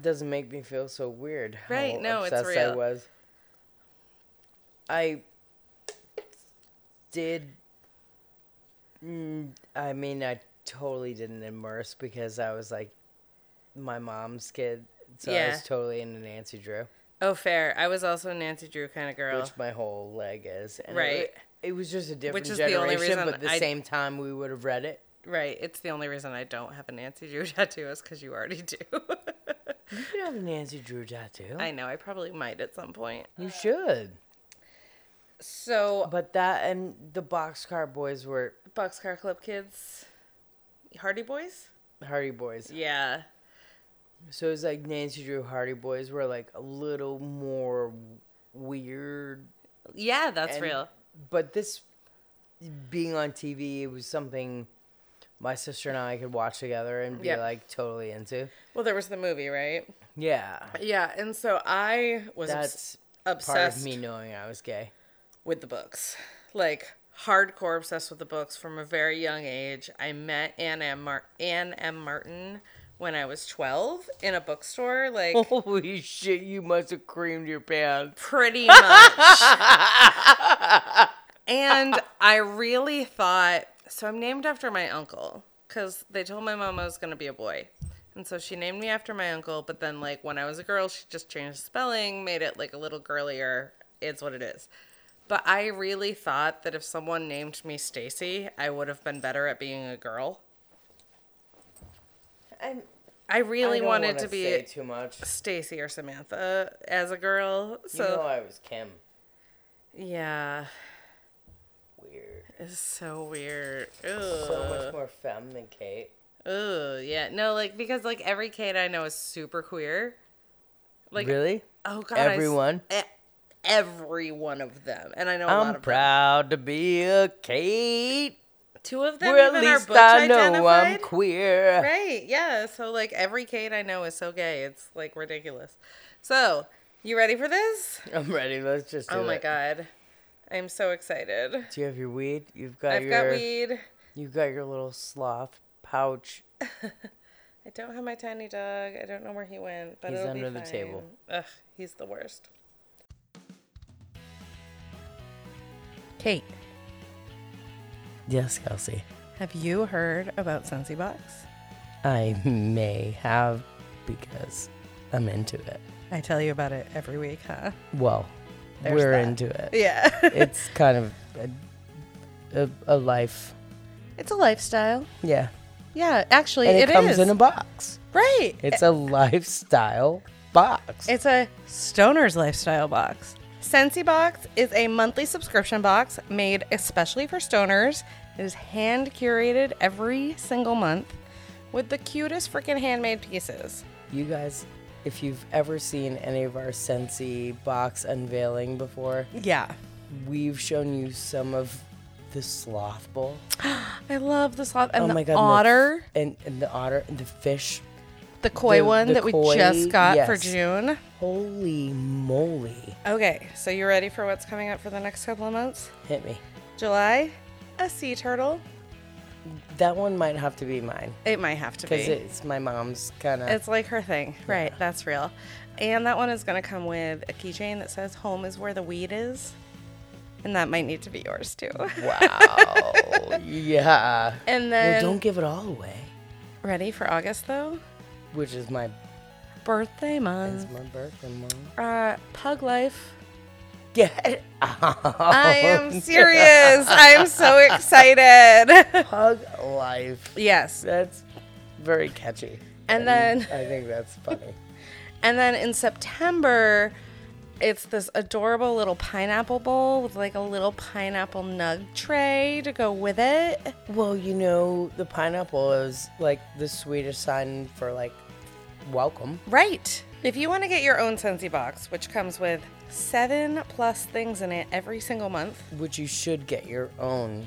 [SPEAKER 2] doesn't make me feel so weird. how
[SPEAKER 1] Right, no, it's
[SPEAKER 2] obsessed I
[SPEAKER 1] real.
[SPEAKER 2] was. I did. mm, I mean, I totally didn't immerse because I was like my mom's kid, so I
[SPEAKER 1] Yeah.
[SPEAKER 2] was totally into Nancy Drew,
[SPEAKER 1] Oh, fair. I was also a Nancy Drew kind of girl.
[SPEAKER 2] which my whole leg is. And it
[SPEAKER 1] Right.
[SPEAKER 2] wa- It, was just a different
[SPEAKER 1] is the
[SPEAKER 2] generation,
[SPEAKER 1] only reason
[SPEAKER 2] but at the
[SPEAKER 1] I-
[SPEAKER 2] same time, we would have read it.
[SPEAKER 1] right. It's the only reason I don't have a Nancy Drew *laughs* tattoo is because you already do. *laughs*
[SPEAKER 2] You could have a Nancy Drew tattoo.
[SPEAKER 1] I know. I probably might at some point.
[SPEAKER 2] You should.
[SPEAKER 1] So,
[SPEAKER 2] But that and the Boxcar Boys were
[SPEAKER 1] Boxcar Club kids, Hardy Boys.
[SPEAKER 2] Hardy Boys.
[SPEAKER 1] Yeah.
[SPEAKER 2] So it's like Nancy Drew Hardy Boys were like a little more weird.
[SPEAKER 1] Yeah, that's
[SPEAKER 2] and-
[SPEAKER 1] real.
[SPEAKER 2] But this being on TV, it was something my sister and I could watch together and be
[SPEAKER 1] Yep.
[SPEAKER 2] like totally into.
[SPEAKER 1] Well, there was the movie, right?
[SPEAKER 2] Yeah.
[SPEAKER 1] Yeah, and so I was obs-
[SPEAKER 2] That's part of
[SPEAKER 1] obsessed
[SPEAKER 2] me knowing I was gay. *laughs*
[SPEAKER 1] with the books, like hardcore obsessed with the books from a very young age. I met Anne M. Mar- Anne M. Martin when I was twelve in a bookstore, like
[SPEAKER 2] Holy shit, you must have creamed your pants.
[SPEAKER 1] pretty
[SPEAKER 2] *laughs*
[SPEAKER 1] much. and I really thought so. I'm named after my uncle because they told my mom I was going to be a boy. And so she named me after my uncle, but then, like, when I was a girl, she just changed the spelling, made it like a little girlier. It's what it is. But I really thought that if someone named me Stacy, I would have been better at being a girl.
[SPEAKER 2] I'm,
[SPEAKER 1] I really wanted to
[SPEAKER 2] say
[SPEAKER 1] be
[SPEAKER 2] too much.
[SPEAKER 1] Stacy or Samantha as a girl.
[SPEAKER 2] You know
[SPEAKER 1] So,
[SPEAKER 2] I was Kim.
[SPEAKER 1] yeah,
[SPEAKER 2] Weird.
[SPEAKER 1] it's so weird.
[SPEAKER 2] so
[SPEAKER 1] Ugh.
[SPEAKER 2] much more femme than Kate.
[SPEAKER 1] Oh yeah, no, like because like every kid I know is super queer. Like
[SPEAKER 2] really?
[SPEAKER 1] oh god, I s-
[SPEAKER 2] Everyone?
[SPEAKER 1] e- every one of them, and I know a lot
[SPEAKER 2] I'm
[SPEAKER 1] of
[SPEAKER 2] proud to be a Kate.
[SPEAKER 1] them. Two of them
[SPEAKER 2] Where at
[SPEAKER 1] even are
[SPEAKER 2] least
[SPEAKER 1] butch
[SPEAKER 2] I know I'm
[SPEAKER 1] identified.
[SPEAKER 2] queer.
[SPEAKER 1] right? Yeah. So like every kid I know is so gay, it's like ridiculous. So you ready for this?
[SPEAKER 2] I'm ready. Let's just do
[SPEAKER 1] oh my
[SPEAKER 2] it.
[SPEAKER 1] god, I'm so excited.
[SPEAKER 2] Do you have your weed? You've got
[SPEAKER 1] I've
[SPEAKER 2] your
[SPEAKER 1] got weed.
[SPEAKER 2] you've got your little sloth pouch.
[SPEAKER 1] I don't have my tiny dog. I don't know where he went, but
[SPEAKER 2] He's
[SPEAKER 1] it'll
[SPEAKER 2] under
[SPEAKER 1] be
[SPEAKER 2] the
[SPEAKER 1] fine.
[SPEAKER 2] table.
[SPEAKER 1] Ugh, he's the worst.
[SPEAKER 2] Kate. Yes, Kelsey.
[SPEAKER 1] Have you heard about Scentsy Box?
[SPEAKER 2] I may have because I'm into it.
[SPEAKER 1] I tell you about it every week, huh?
[SPEAKER 2] Well,
[SPEAKER 1] There's
[SPEAKER 2] we're
[SPEAKER 1] that.
[SPEAKER 2] into it.
[SPEAKER 1] Yeah. *laughs*
[SPEAKER 2] It's kind of a, a, a life.
[SPEAKER 1] It's a lifestyle.
[SPEAKER 2] Yeah.
[SPEAKER 1] Yeah, actually,
[SPEAKER 2] and it,
[SPEAKER 1] it
[SPEAKER 2] comes
[SPEAKER 1] is.
[SPEAKER 2] in a box.
[SPEAKER 1] right.
[SPEAKER 2] It's a lifestyle box.
[SPEAKER 1] It's a stoner's lifestyle box. Sensi Box is a monthly subscription box made especially for stoners. It is hand curated every single month with the cutest freaking handmade pieces.
[SPEAKER 2] you guys, if you've ever seen any of our Sensi box unveiling before,
[SPEAKER 1] Yeah.
[SPEAKER 2] we've shown you some of the sloth bowl.
[SPEAKER 1] I love the sloth and
[SPEAKER 2] oh
[SPEAKER 1] the
[SPEAKER 2] my god! and the f-
[SPEAKER 1] otter.
[SPEAKER 2] and, and the otter and the fish.
[SPEAKER 1] the koi
[SPEAKER 2] The-
[SPEAKER 1] one
[SPEAKER 2] the
[SPEAKER 1] that we
[SPEAKER 2] koi,
[SPEAKER 1] just got for
[SPEAKER 2] yes.
[SPEAKER 1] June.
[SPEAKER 2] Holy moly.
[SPEAKER 1] Okay, so you ready for what's coming up for the next couple of months?
[SPEAKER 2] Hit me.
[SPEAKER 1] July, a sea turtle.
[SPEAKER 2] That one might have to be mine
[SPEAKER 1] It might have to be.
[SPEAKER 2] because it's my mom's kind of.
[SPEAKER 1] It's like her thing. Right, that's real. And that one is going to come with a keychain that says home is where the weed is. And that might need to be yours too.
[SPEAKER 2] *laughs*
[SPEAKER 1] *laughs*
[SPEAKER 2] Wow. yeah.
[SPEAKER 1] And
[SPEAKER 2] Well,
[SPEAKER 1] then
[SPEAKER 2] don't give it all away,
[SPEAKER 1] ready for August though?
[SPEAKER 2] which is my
[SPEAKER 1] Birthday
[SPEAKER 2] is
[SPEAKER 1] month.
[SPEAKER 2] my birthday mom.
[SPEAKER 1] Uh, pug life.
[SPEAKER 2] Get out.
[SPEAKER 1] I am serious. I'm
[SPEAKER 2] *laughs*
[SPEAKER 1] so excited. *laughs*
[SPEAKER 2] Hug life.
[SPEAKER 1] yes.
[SPEAKER 2] That's very catchy.
[SPEAKER 1] And then
[SPEAKER 2] I think that's
[SPEAKER 1] *laughs*
[SPEAKER 2] funny.
[SPEAKER 1] and then in September it's this adorable little pineapple bowl with like a little pineapple nug tray to go with it.
[SPEAKER 2] Well, you know, the pineapple is like the sweetest sign for like welcome.
[SPEAKER 1] Right. If you want to get your own Scentsy box, which comes with seven plus things in it every single month,
[SPEAKER 2] which you should get your own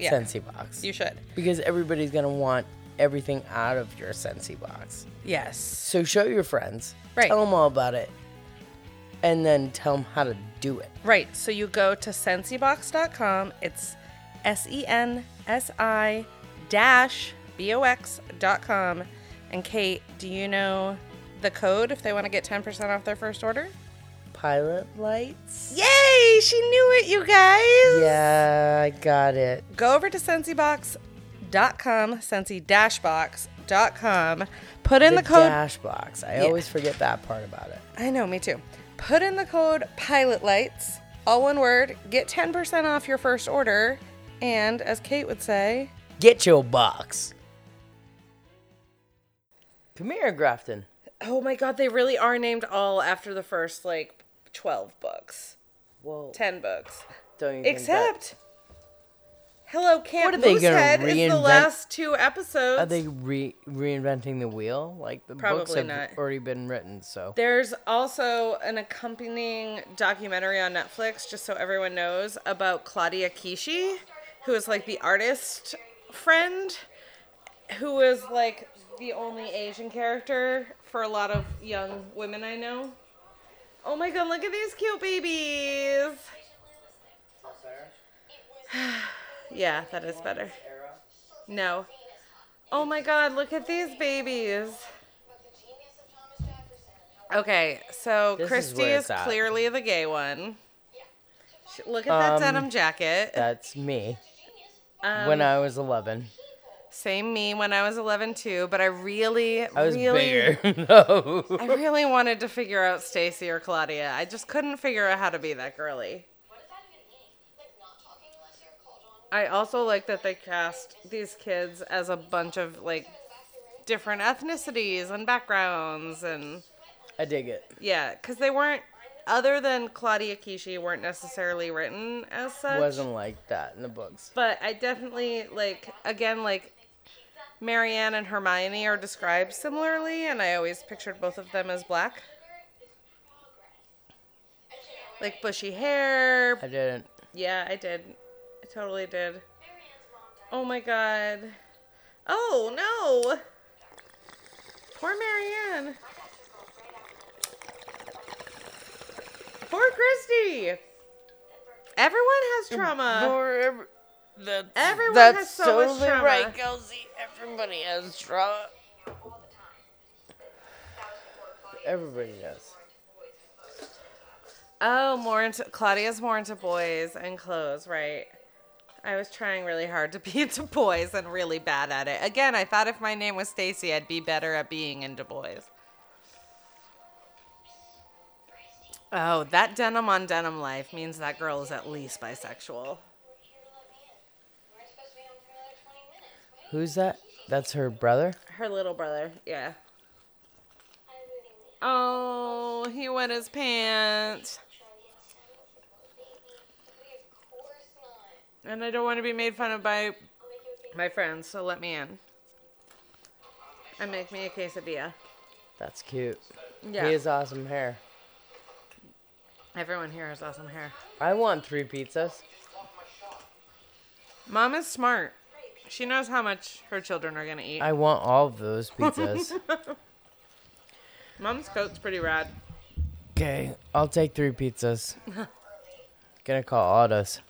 [SPEAKER 1] Yeah.
[SPEAKER 2] Sensi box
[SPEAKER 1] you should.
[SPEAKER 2] because everybody's gonna want everything out of your Sensi box.
[SPEAKER 1] Yes.
[SPEAKER 2] So show your friends,
[SPEAKER 1] Right.
[SPEAKER 2] Tell them all about it, and then tell them how to do it.
[SPEAKER 1] Right. So you go to sensibox.com. It's S E N S I dash B O X dot com. And Kate, do you know the code if they want to get 10% off their first order?
[SPEAKER 2] Pilot lights.
[SPEAKER 1] Yay! She knew it, you guys!
[SPEAKER 2] Yeah, I got it.
[SPEAKER 1] go over to sensibox.com, sensi-box.com, put in the, code.
[SPEAKER 2] dash box. I always forget that part about it.
[SPEAKER 1] I know, me too. Put in the code pilot lights, all one word, get 10% off your first order, and as Kate would say,
[SPEAKER 2] Get your box. Come here, Grafton.
[SPEAKER 1] oh my god, they really are named all after the first like 12 books,
[SPEAKER 2] Whoa!
[SPEAKER 1] 10 books.
[SPEAKER 2] Don't you think that-
[SPEAKER 1] Except Hello Camp
[SPEAKER 2] What are they gonna
[SPEAKER 1] Moosehead is the
[SPEAKER 2] reinvent-
[SPEAKER 1] last two episodes.
[SPEAKER 2] Are they re- reinventing the wheel? Like the books
[SPEAKER 1] Probably
[SPEAKER 2] have
[SPEAKER 1] not.
[SPEAKER 2] already been written, so
[SPEAKER 1] There's also an accompanying documentary on Netflix, just so everyone knows, about Claudia Kishi, who is like the artist friend, who is like the only Asian character for a lot of young women I know. Oh my god, look at these cute babies! yeah, that is better. No. Oh my god, look at these babies. Okay, so
[SPEAKER 2] This is
[SPEAKER 1] Christy
[SPEAKER 2] where
[SPEAKER 1] is,
[SPEAKER 2] it's at.
[SPEAKER 1] clearly the gay one. Sh- Look at that
[SPEAKER 2] Um,
[SPEAKER 1] denim jacket.
[SPEAKER 2] that's me.
[SPEAKER 1] Um,
[SPEAKER 2] when I was 11,
[SPEAKER 1] Same me when I was 11 too, but I really,
[SPEAKER 2] I was
[SPEAKER 1] really,
[SPEAKER 2] bigger. *laughs* no,
[SPEAKER 1] I really wanted to figure out Stacy or Claudia. I just couldn't figure out how to be that girly. I also like that they cast these kids as a bunch of like different ethnicities and backgrounds and
[SPEAKER 2] I dig it.
[SPEAKER 1] yeah, because they weren't other than Claudia Kishi weren't necessarily written as such.
[SPEAKER 2] Wasn't like that in the books.
[SPEAKER 1] but I definitely like again like Marianne and Hermione are described similarly, and I always pictured both of them as black, like bushy hair.
[SPEAKER 2] I didn't.
[SPEAKER 1] Yeah, I did, I totally did. Oh my god! Oh no! Poor Marianne. Poor Christy. Everyone has trauma.
[SPEAKER 2] That's,
[SPEAKER 1] Everyone
[SPEAKER 2] that's
[SPEAKER 1] has so much
[SPEAKER 2] totally
[SPEAKER 1] trauma.
[SPEAKER 2] right, Kelsey. Everybody has trauma. Everybody does.
[SPEAKER 1] Oh, more into Claudia's more into boys and clothes, right? I was trying really hard to be *laughs* into boys and really bad at it. Again, I thought if my name was Stacy, I'd be better at being into boys. Oh, that denim on denim life means that girl is at least bisexual.
[SPEAKER 2] Who's that? That's her brother.
[SPEAKER 1] Her little brother, yeah. Oh, he wet his pants. And I don't want to be made fun of by my friends, so let me in. And make me a quesadilla.
[SPEAKER 2] That's cute.
[SPEAKER 1] Yeah.
[SPEAKER 2] He has awesome hair.
[SPEAKER 1] Everyone here has awesome hair.
[SPEAKER 2] I want three pizzas.
[SPEAKER 1] Mom is smart. She knows how much her children are going to eat. *laughs*
[SPEAKER 2] I want all of those pizzas.
[SPEAKER 1] Mom's coat's pretty rad. *laughs*
[SPEAKER 2] Okay, I'll take three pizzas. Gonna call
[SPEAKER 1] *laughs*
[SPEAKER 2] autos.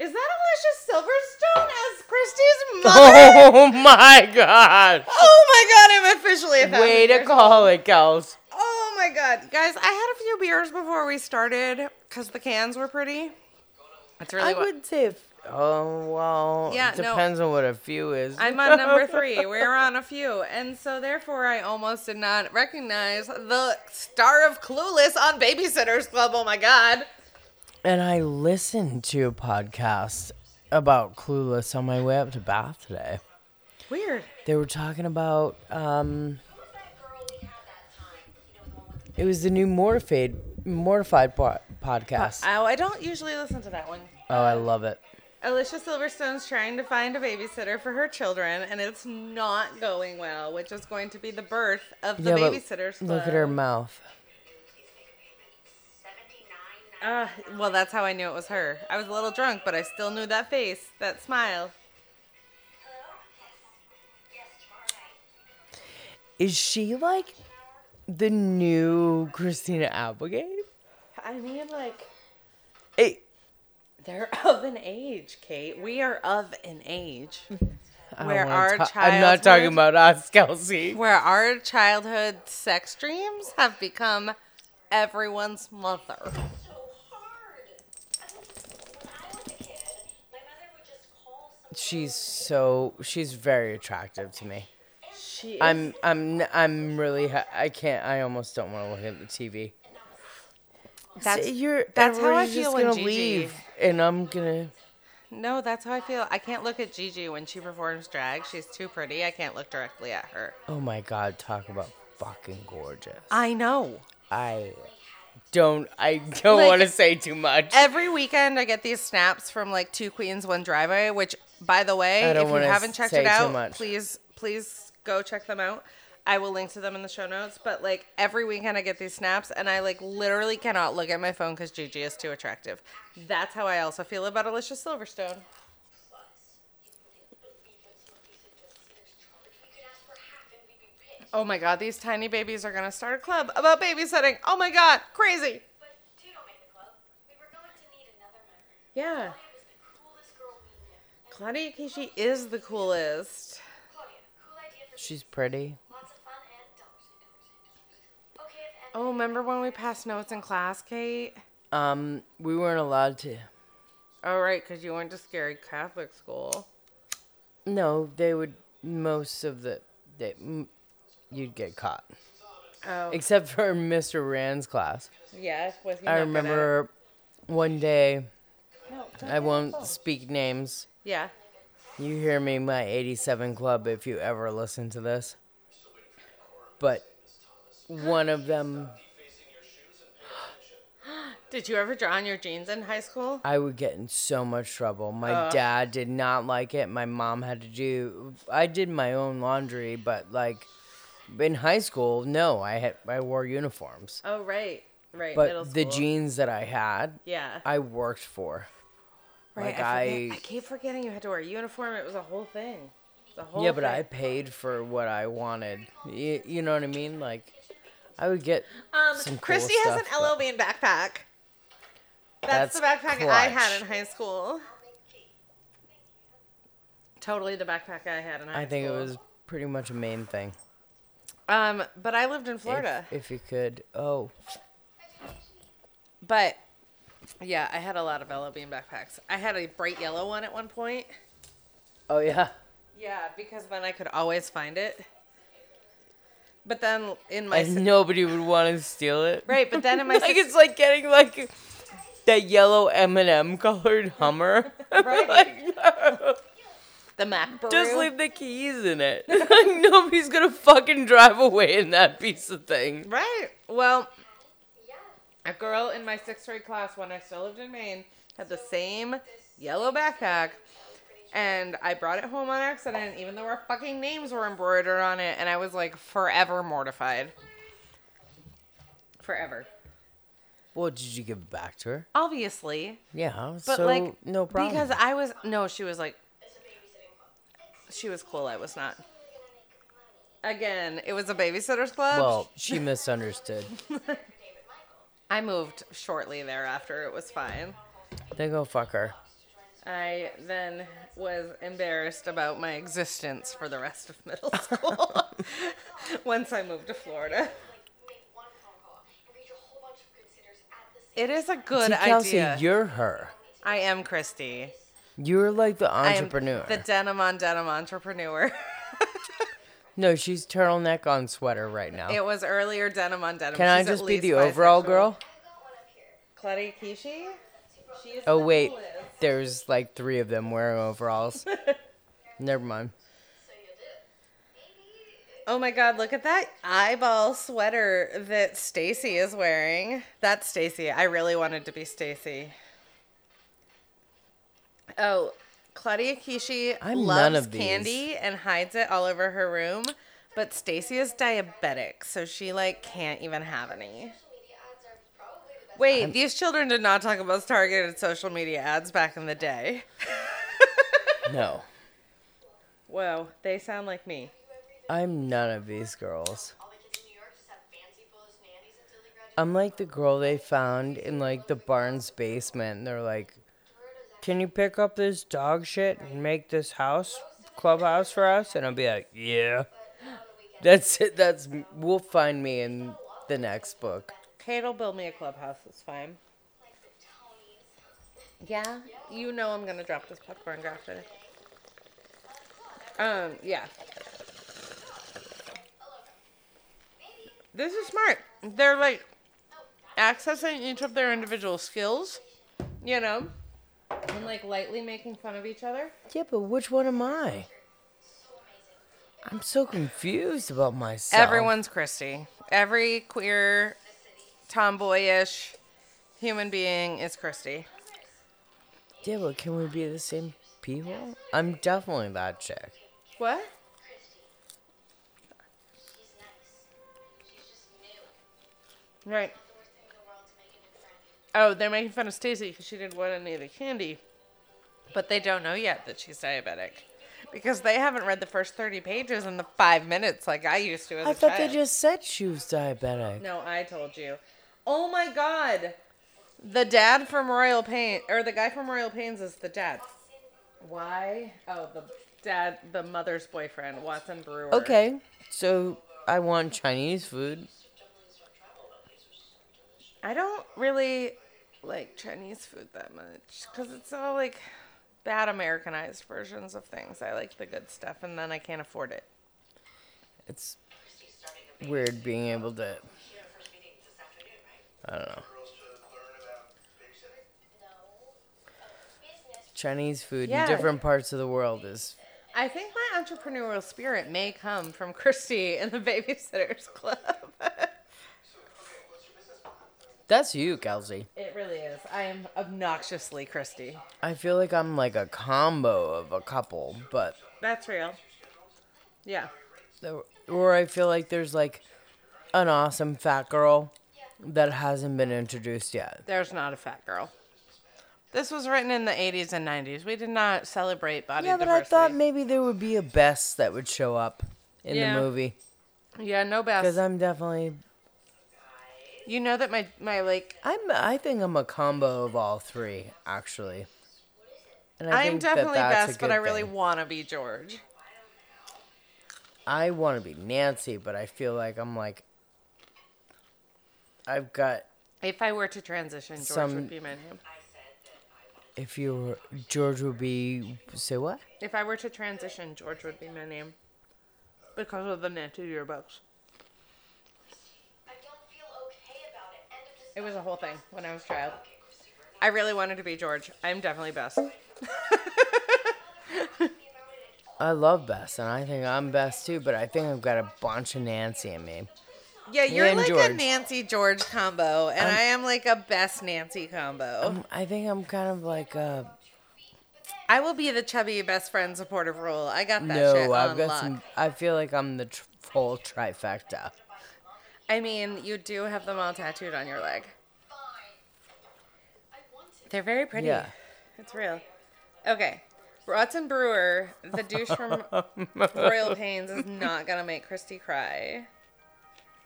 [SPEAKER 1] Is that Alicia Silverstone as Christie's mother?
[SPEAKER 2] *laughs* *laughs* Oh my god!
[SPEAKER 1] Oh my god, I'm officially a thousand
[SPEAKER 2] Way to
[SPEAKER 1] years
[SPEAKER 2] call it, gals.
[SPEAKER 1] Oh my god, guys! I had a few beers before we started because the cans were pretty. That's really
[SPEAKER 2] I
[SPEAKER 1] what
[SPEAKER 2] would say, if, oh well,
[SPEAKER 1] Yeah,
[SPEAKER 2] it
[SPEAKER 1] no.
[SPEAKER 2] depends on what a few is.
[SPEAKER 1] I'm on number three. We're on a few, and so therefore, I almost did not recognize the star of Clueless on Babysitters Club. Oh my god!
[SPEAKER 2] and I listened to a podcast about Clueless on my way up to Bath today.
[SPEAKER 1] Weird.
[SPEAKER 2] They were talking about um, it was the new Mortified Mortified po- podcast.
[SPEAKER 1] Oh, I don't usually listen to that one.
[SPEAKER 2] oh, I love it.
[SPEAKER 1] Alicia Silverstone's trying to find a babysitter for her children, and it's not going well, which is going to be the birth of the
[SPEAKER 2] Yeah, but
[SPEAKER 1] Babysitters Club.
[SPEAKER 2] look at her mouth.
[SPEAKER 1] Uh, well, that's how I knew it was her. I was a little drunk, but I still knew that face, that smile.
[SPEAKER 2] Is she like the new Christina Applegate?
[SPEAKER 1] I mean, like,
[SPEAKER 2] It,
[SPEAKER 1] they're *laughs* of an age, Kate. We are of an age
[SPEAKER 2] I don't
[SPEAKER 1] where
[SPEAKER 2] wanna
[SPEAKER 1] our
[SPEAKER 2] ta-
[SPEAKER 1] childhood,
[SPEAKER 2] I'm not talking about us, Kelsey.
[SPEAKER 1] where our childhood sex dreams have become everyone's mother.
[SPEAKER 2] She's so she's very attractive to me.
[SPEAKER 1] She is
[SPEAKER 2] I'm I'm I'm really ha- I can't I almost don't want to look at the TV.
[SPEAKER 1] That's-
[SPEAKER 2] you're
[SPEAKER 1] that's how I
[SPEAKER 2] everybody's
[SPEAKER 1] feel
[SPEAKER 2] just
[SPEAKER 1] when
[SPEAKER 2] gonna
[SPEAKER 1] Gigi-
[SPEAKER 2] leave, and I'm gonna.
[SPEAKER 1] No, that's how I feel. I can't look at Gigi when she performs drag. She's too pretty. I can't look directly at her.
[SPEAKER 2] Oh my god, talk about fucking gorgeous.
[SPEAKER 1] I know.
[SPEAKER 2] I don't I don't
[SPEAKER 1] Like-
[SPEAKER 2] want to say too much.
[SPEAKER 1] Every weekend I get these snaps from like Two Queens One Driveway, which by the way,
[SPEAKER 2] I don't
[SPEAKER 1] if you
[SPEAKER 2] wanna
[SPEAKER 1] haven't checked
[SPEAKER 2] say
[SPEAKER 1] it
[SPEAKER 2] too
[SPEAKER 1] out,
[SPEAKER 2] much.
[SPEAKER 1] please please go check them out. I will link to them in the show notes, but like every weekend I get these snaps and I like literally cannot look at my phone cuz Gigi is too attractive. That's how I also feel about Alicia Silverstone. Oh my god, these tiny babies are going to start a club about babysitting. Oh my god, crazy. Yeah. Claudia Kishi is the coolest.
[SPEAKER 2] She's pretty.
[SPEAKER 1] Oh, remember when we passed notes in class, Kate?
[SPEAKER 2] Um, we weren't allowed to.
[SPEAKER 1] Oh, right, because you went to scary Catholic school.
[SPEAKER 2] No, they would. Most of the they, m- you'd get caught,
[SPEAKER 1] Oh,
[SPEAKER 2] except for *laughs* Mr. Rand's class.
[SPEAKER 1] yes. Was he
[SPEAKER 2] I
[SPEAKER 1] not good at
[SPEAKER 2] remember one day.
[SPEAKER 1] it? No, don't
[SPEAKER 2] I
[SPEAKER 1] hit the
[SPEAKER 2] won't
[SPEAKER 1] phone.
[SPEAKER 2] speak names.
[SPEAKER 1] Yeah.
[SPEAKER 2] You hear me, my 87 Club, if you ever listen to this. But one of them,
[SPEAKER 1] Did you ever draw on your jeans in high school?
[SPEAKER 2] I would get in so much trouble. My
[SPEAKER 1] Ugh.
[SPEAKER 2] dad did not like it. My mom had to do. I did my own laundry, but like in high school, no, I had I wore uniforms.
[SPEAKER 1] Oh, right. Right. middle
[SPEAKER 2] But the
[SPEAKER 1] school.
[SPEAKER 2] jeans that I had,
[SPEAKER 1] Yeah.
[SPEAKER 2] I worked for.
[SPEAKER 1] right.
[SPEAKER 2] like,
[SPEAKER 1] I, forget-
[SPEAKER 2] I-
[SPEAKER 1] I keep forgetting you had to wear a uniform. It was a whole thing. The whole
[SPEAKER 2] yeah, but I
[SPEAKER 1] thing.
[SPEAKER 2] paid for what I wanted. You, you know what I mean? Like, I would get
[SPEAKER 1] Um,
[SPEAKER 2] some cool
[SPEAKER 1] Christy has
[SPEAKER 2] stuff,
[SPEAKER 1] an LL Bean backpack. That's,
[SPEAKER 2] That's
[SPEAKER 1] the backpack I had
[SPEAKER 2] clutch.
[SPEAKER 1] in high school. Totally the backpack I had in high school.
[SPEAKER 2] I think it was pretty much a main thing.
[SPEAKER 1] Um, but I lived in
[SPEAKER 2] If-
[SPEAKER 1] Florida.
[SPEAKER 2] If, you could. Oh,
[SPEAKER 1] But yeah, I had a lot of LL Bean backpacks. I had a bright yellow one at one point.
[SPEAKER 2] oh yeah.
[SPEAKER 1] Yeah, because then I could always find it. But then in my
[SPEAKER 2] And nobody would want to steal it. *laughs*
[SPEAKER 1] right, but then in my
[SPEAKER 2] Like it's like getting like that yellow M and M colored Hummer. *laughs*
[SPEAKER 1] Right.
[SPEAKER 2] Like,
[SPEAKER 1] the MacBook.
[SPEAKER 2] just leave the keys in it. *laughs* Like nobody's gonna fucking drive away in that piece of thing.
[SPEAKER 1] Right. Well, a girl in my sixth grade class when I still lived in Maine had the same yellow backpack, and I brought it home on accident, even though our fucking names were embroidered on it, and I was like forever mortified. Forever.
[SPEAKER 2] Well, did you give it back to her?
[SPEAKER 1] Obviously.
[SPEAKER 2] Yeah.
[SPEAKER 1] But
[SPEAKER 2] so
[SPEAKER 1] like
[SPEAKER 2] no problem.
[SPEAKER 1] Because I was no, she was like She was cool. I was not. Again, it was a babysitter's club.
[SPEAKER 2] Well, she misunderstood.
[SPEAKER 1] I moved shortly thereafter. It was fine.
[SPEAKER 2] Then go fuck her.
[SPEAKER 1] I then was embarrassed about my existence for the rest of middle
[SPEAKER 2] *laughs*
[SPEAKER 1] school *laughs* once I moved to Florida. It is a good
[SPEAKER 2] See, Kelsey,
[SPEAKER 1] idea.
[SPEAKER 2] you're her.
[SPEAKER 1] I am Christy.
[SPEAKER 2] You're like the
[SPEAKER 1] I am
[SPEAKER 2] entrepreneur.
[SPEAKER 1] the denim on denim entrepreneur. *laughs*
[SPEAKER 2] no, she's turtleneck on sweater right now.
[SPEAKER 1] it was earlier denim on denim.
[SPEAKER 2] Oh. Can I
[SPEAKER 1] She's at
[SPEAKER 2] just be
[SPEAKER 1] least
[SPEAKER 2] the overall
[SPEAKER 1] bisexual.
[SPEAKER 2] girl?
[SPEAKER 1] Claudia Kishi? She is
[SPEAKER 2] Oh
[SPEAKER 1] the
[SPEAKER 2] wait,
[SPEAKER 1] coolest.
[SPEAKER 2] there's like three of them
[SPEAKER 1] *laughs*
[SPEAKER 2] wearing overalls. Never mind.
[SPEAKER 1] Oh my god, look at that eyeball sweater that Stacy is wearing. That's Stacy. I really wanted to be Stacy. Oh, Claudia Kishi
[SPEAKER 2] I'm
[SPEAKER 1] loves
[SPEAKER 2] none of these.
[SPEAKER 1] candy and hides it all over her room, but Stacy is diabetic, so she like can't even have any. Wait, these children did not talk about targeted social media ads back in the day.
[SPEAKER 2] No,
[SPEAKER 1] Whoa, they sound like me.
[SPEAKER 2] I'm none of these girls.
[SPEAKER 4] All the kids in New York just have fancy clothes, nannies until they graduate.
[SPEAKER 2] I'm like the girl they found in like the barn's basement. And they're like, "Can you pick up this dog shit and make this house clubhouse for us?" And I'll be like, "Yeah." That's it. That's we'll find me in the next book.
[SPEAKER 1] Kate will build me a clubhouse. It's fine. Yeah, you know I'm gonna drop this popcorn grafter. Um, yeah. This is smart. They're like accessing each of their individual skills, you know, and like lightly making fun of each other.
[SPEAKER 2] Yeah, but which one am I? I'm so confused about myself.
[SPEAKER 1] Everyone's Christy. Every queer, tomboyish human being is Christy.
[SPEAKER 2] Yeah, but can we be the same people? I'm definitely that chick.
[SPEAKER 1] What?
[SPEAKER 4] She's nice. She's just new.
[SPEAKER 1] Right.
[SPEAKER 4] The worst thing in the world to make a new friend.
[SPEAKER 1] Oh, they're making fun of Stacy because she didn't want any of the candy. But they don't know yet that she's diabetic because they haven't read the first 30 pages in the five minutes like I used to as a
[SPEAKER 2] I thought
[SPEAKER 1] child.
[SPEAKER 2] they just said she was diabetic.
[SPEAKER 1] No, I told you. Oh my God. The dad from Royal Pain, or the guy from Royal Pains is the dad. Why? Oh, the dad, the mother's boyfriend, Watson Brewer.
[SPEAKER 2] Okay, so I want Chinese food.
[SPEAKER 1] I don't really like Chinese food that much because it's all like bad Americanized versions of things. I like the good stuff and then I can't afford it.
[SPEAKER 2] It's weird being able to. I don't know.
[SPEAKER 4] Oh,
[SPEAKER 2] Chinese food
[SPEAKER 1] Yeah.
[SPEAKER 2] in different parts of the world is.
[SPEAKER 1] I think my entrepreneurial spirit may come from Christy and the Babysitters Club. *laughs*
[SPEAKER 2] That's you, Kelsey.
[SPEAKER 1] it really is. I am obnoxiously Christy.
[SPEAKER 2] I feel like I'm like a combo of a couple, but.
[SPEAKER 1] That's real. Yeah.
[SPEAKER 2] the- or I feel like there's like an awesome fat girl that hasn't been introduced yet.
[SPEAKER 1] There's not a fat girl. This was written in the 80s and 90s. We did not celebrate body
[SPEAKER 2] Yeah, but I
[SPEAKER 1] diversity.
[SPEAKER 2] thought maybe there would be a best that would show up in
[SPEAKER 1] Yeah.
[SPEAKER 2] the movie
[SPEAKER 1] yeah, no
[SPEAKER 2] because
[SPEAKER 1] bass.
[SPEAKER 2] I'm definitely
[SPEAKER 1] You know that my my like
[SPEAKER 2] I'm I think I'm a combo of all three actually. And
[SPEAKER 1] I am
[SPEAKER 2] think that
[SPEAKER 1] definitely
[SPEAKER 2] that's a
[SPEAKER 1] best, but
[SPEAKER 2] good
[SPEAKER 1] I really
[SPEAKER 2] thing.
[SPEAKER 1] want to be George.
[SPEAKER 2] I want to be Nancy, but I feel like I'm like I've got
[SPEAKER 1] If I were to transition, George
[SPEAKER 2] Some-
[SPEAKER 1] would be my name.
[SPEAKER 2] if you were George would be say what?
[SPEAKER 1] If I were to transition, George would be my name because of the Nancy yearbooks.
[SPEAKER 4] I don't feel okay about it. End of
[SPEAKER 1] It was a whole thing when I was a child. I really wanted to be George. I'm definitely best.
[SPEAKER 2] I love Bess, and I think I'm Bess too, but I think I've got a bunch of Nancy in me.
[SPEAKER 1] Yeah, you're
[SPEAKER 2] and
[SPEAKER 1] like a
[SPEAKER 2] George.
[SPEAKER 1] Nancy George combo, and I am like a best Nancy combo.
[SPEAKER 2] I think I'm kind of like a
[SPEAKER 1] I will be the chubby best friend supportive role. I got that shit
[SPEAKER 2] no.
[SPEAKER 1] on
[SPEAKER 2] I've got
[SPEAKER 1] lock.
[SPEAKER 2] some. I feel like I'm the tr- full trifecta.
[SPEAKER 1] I mean, you do have them all tattooed on your leg. They're very pretty.
[SPEAKER 2] Yeah.
[SPEAKER 1] It's real. Okay. Bratton Brewer, the douche
[SPEAKER 2] *laughs*
[SPEAKER 1] from
[SPEAKER 2] Oh,
[SPEAKER 1] Royal Pains, is not gonna make Christy cry.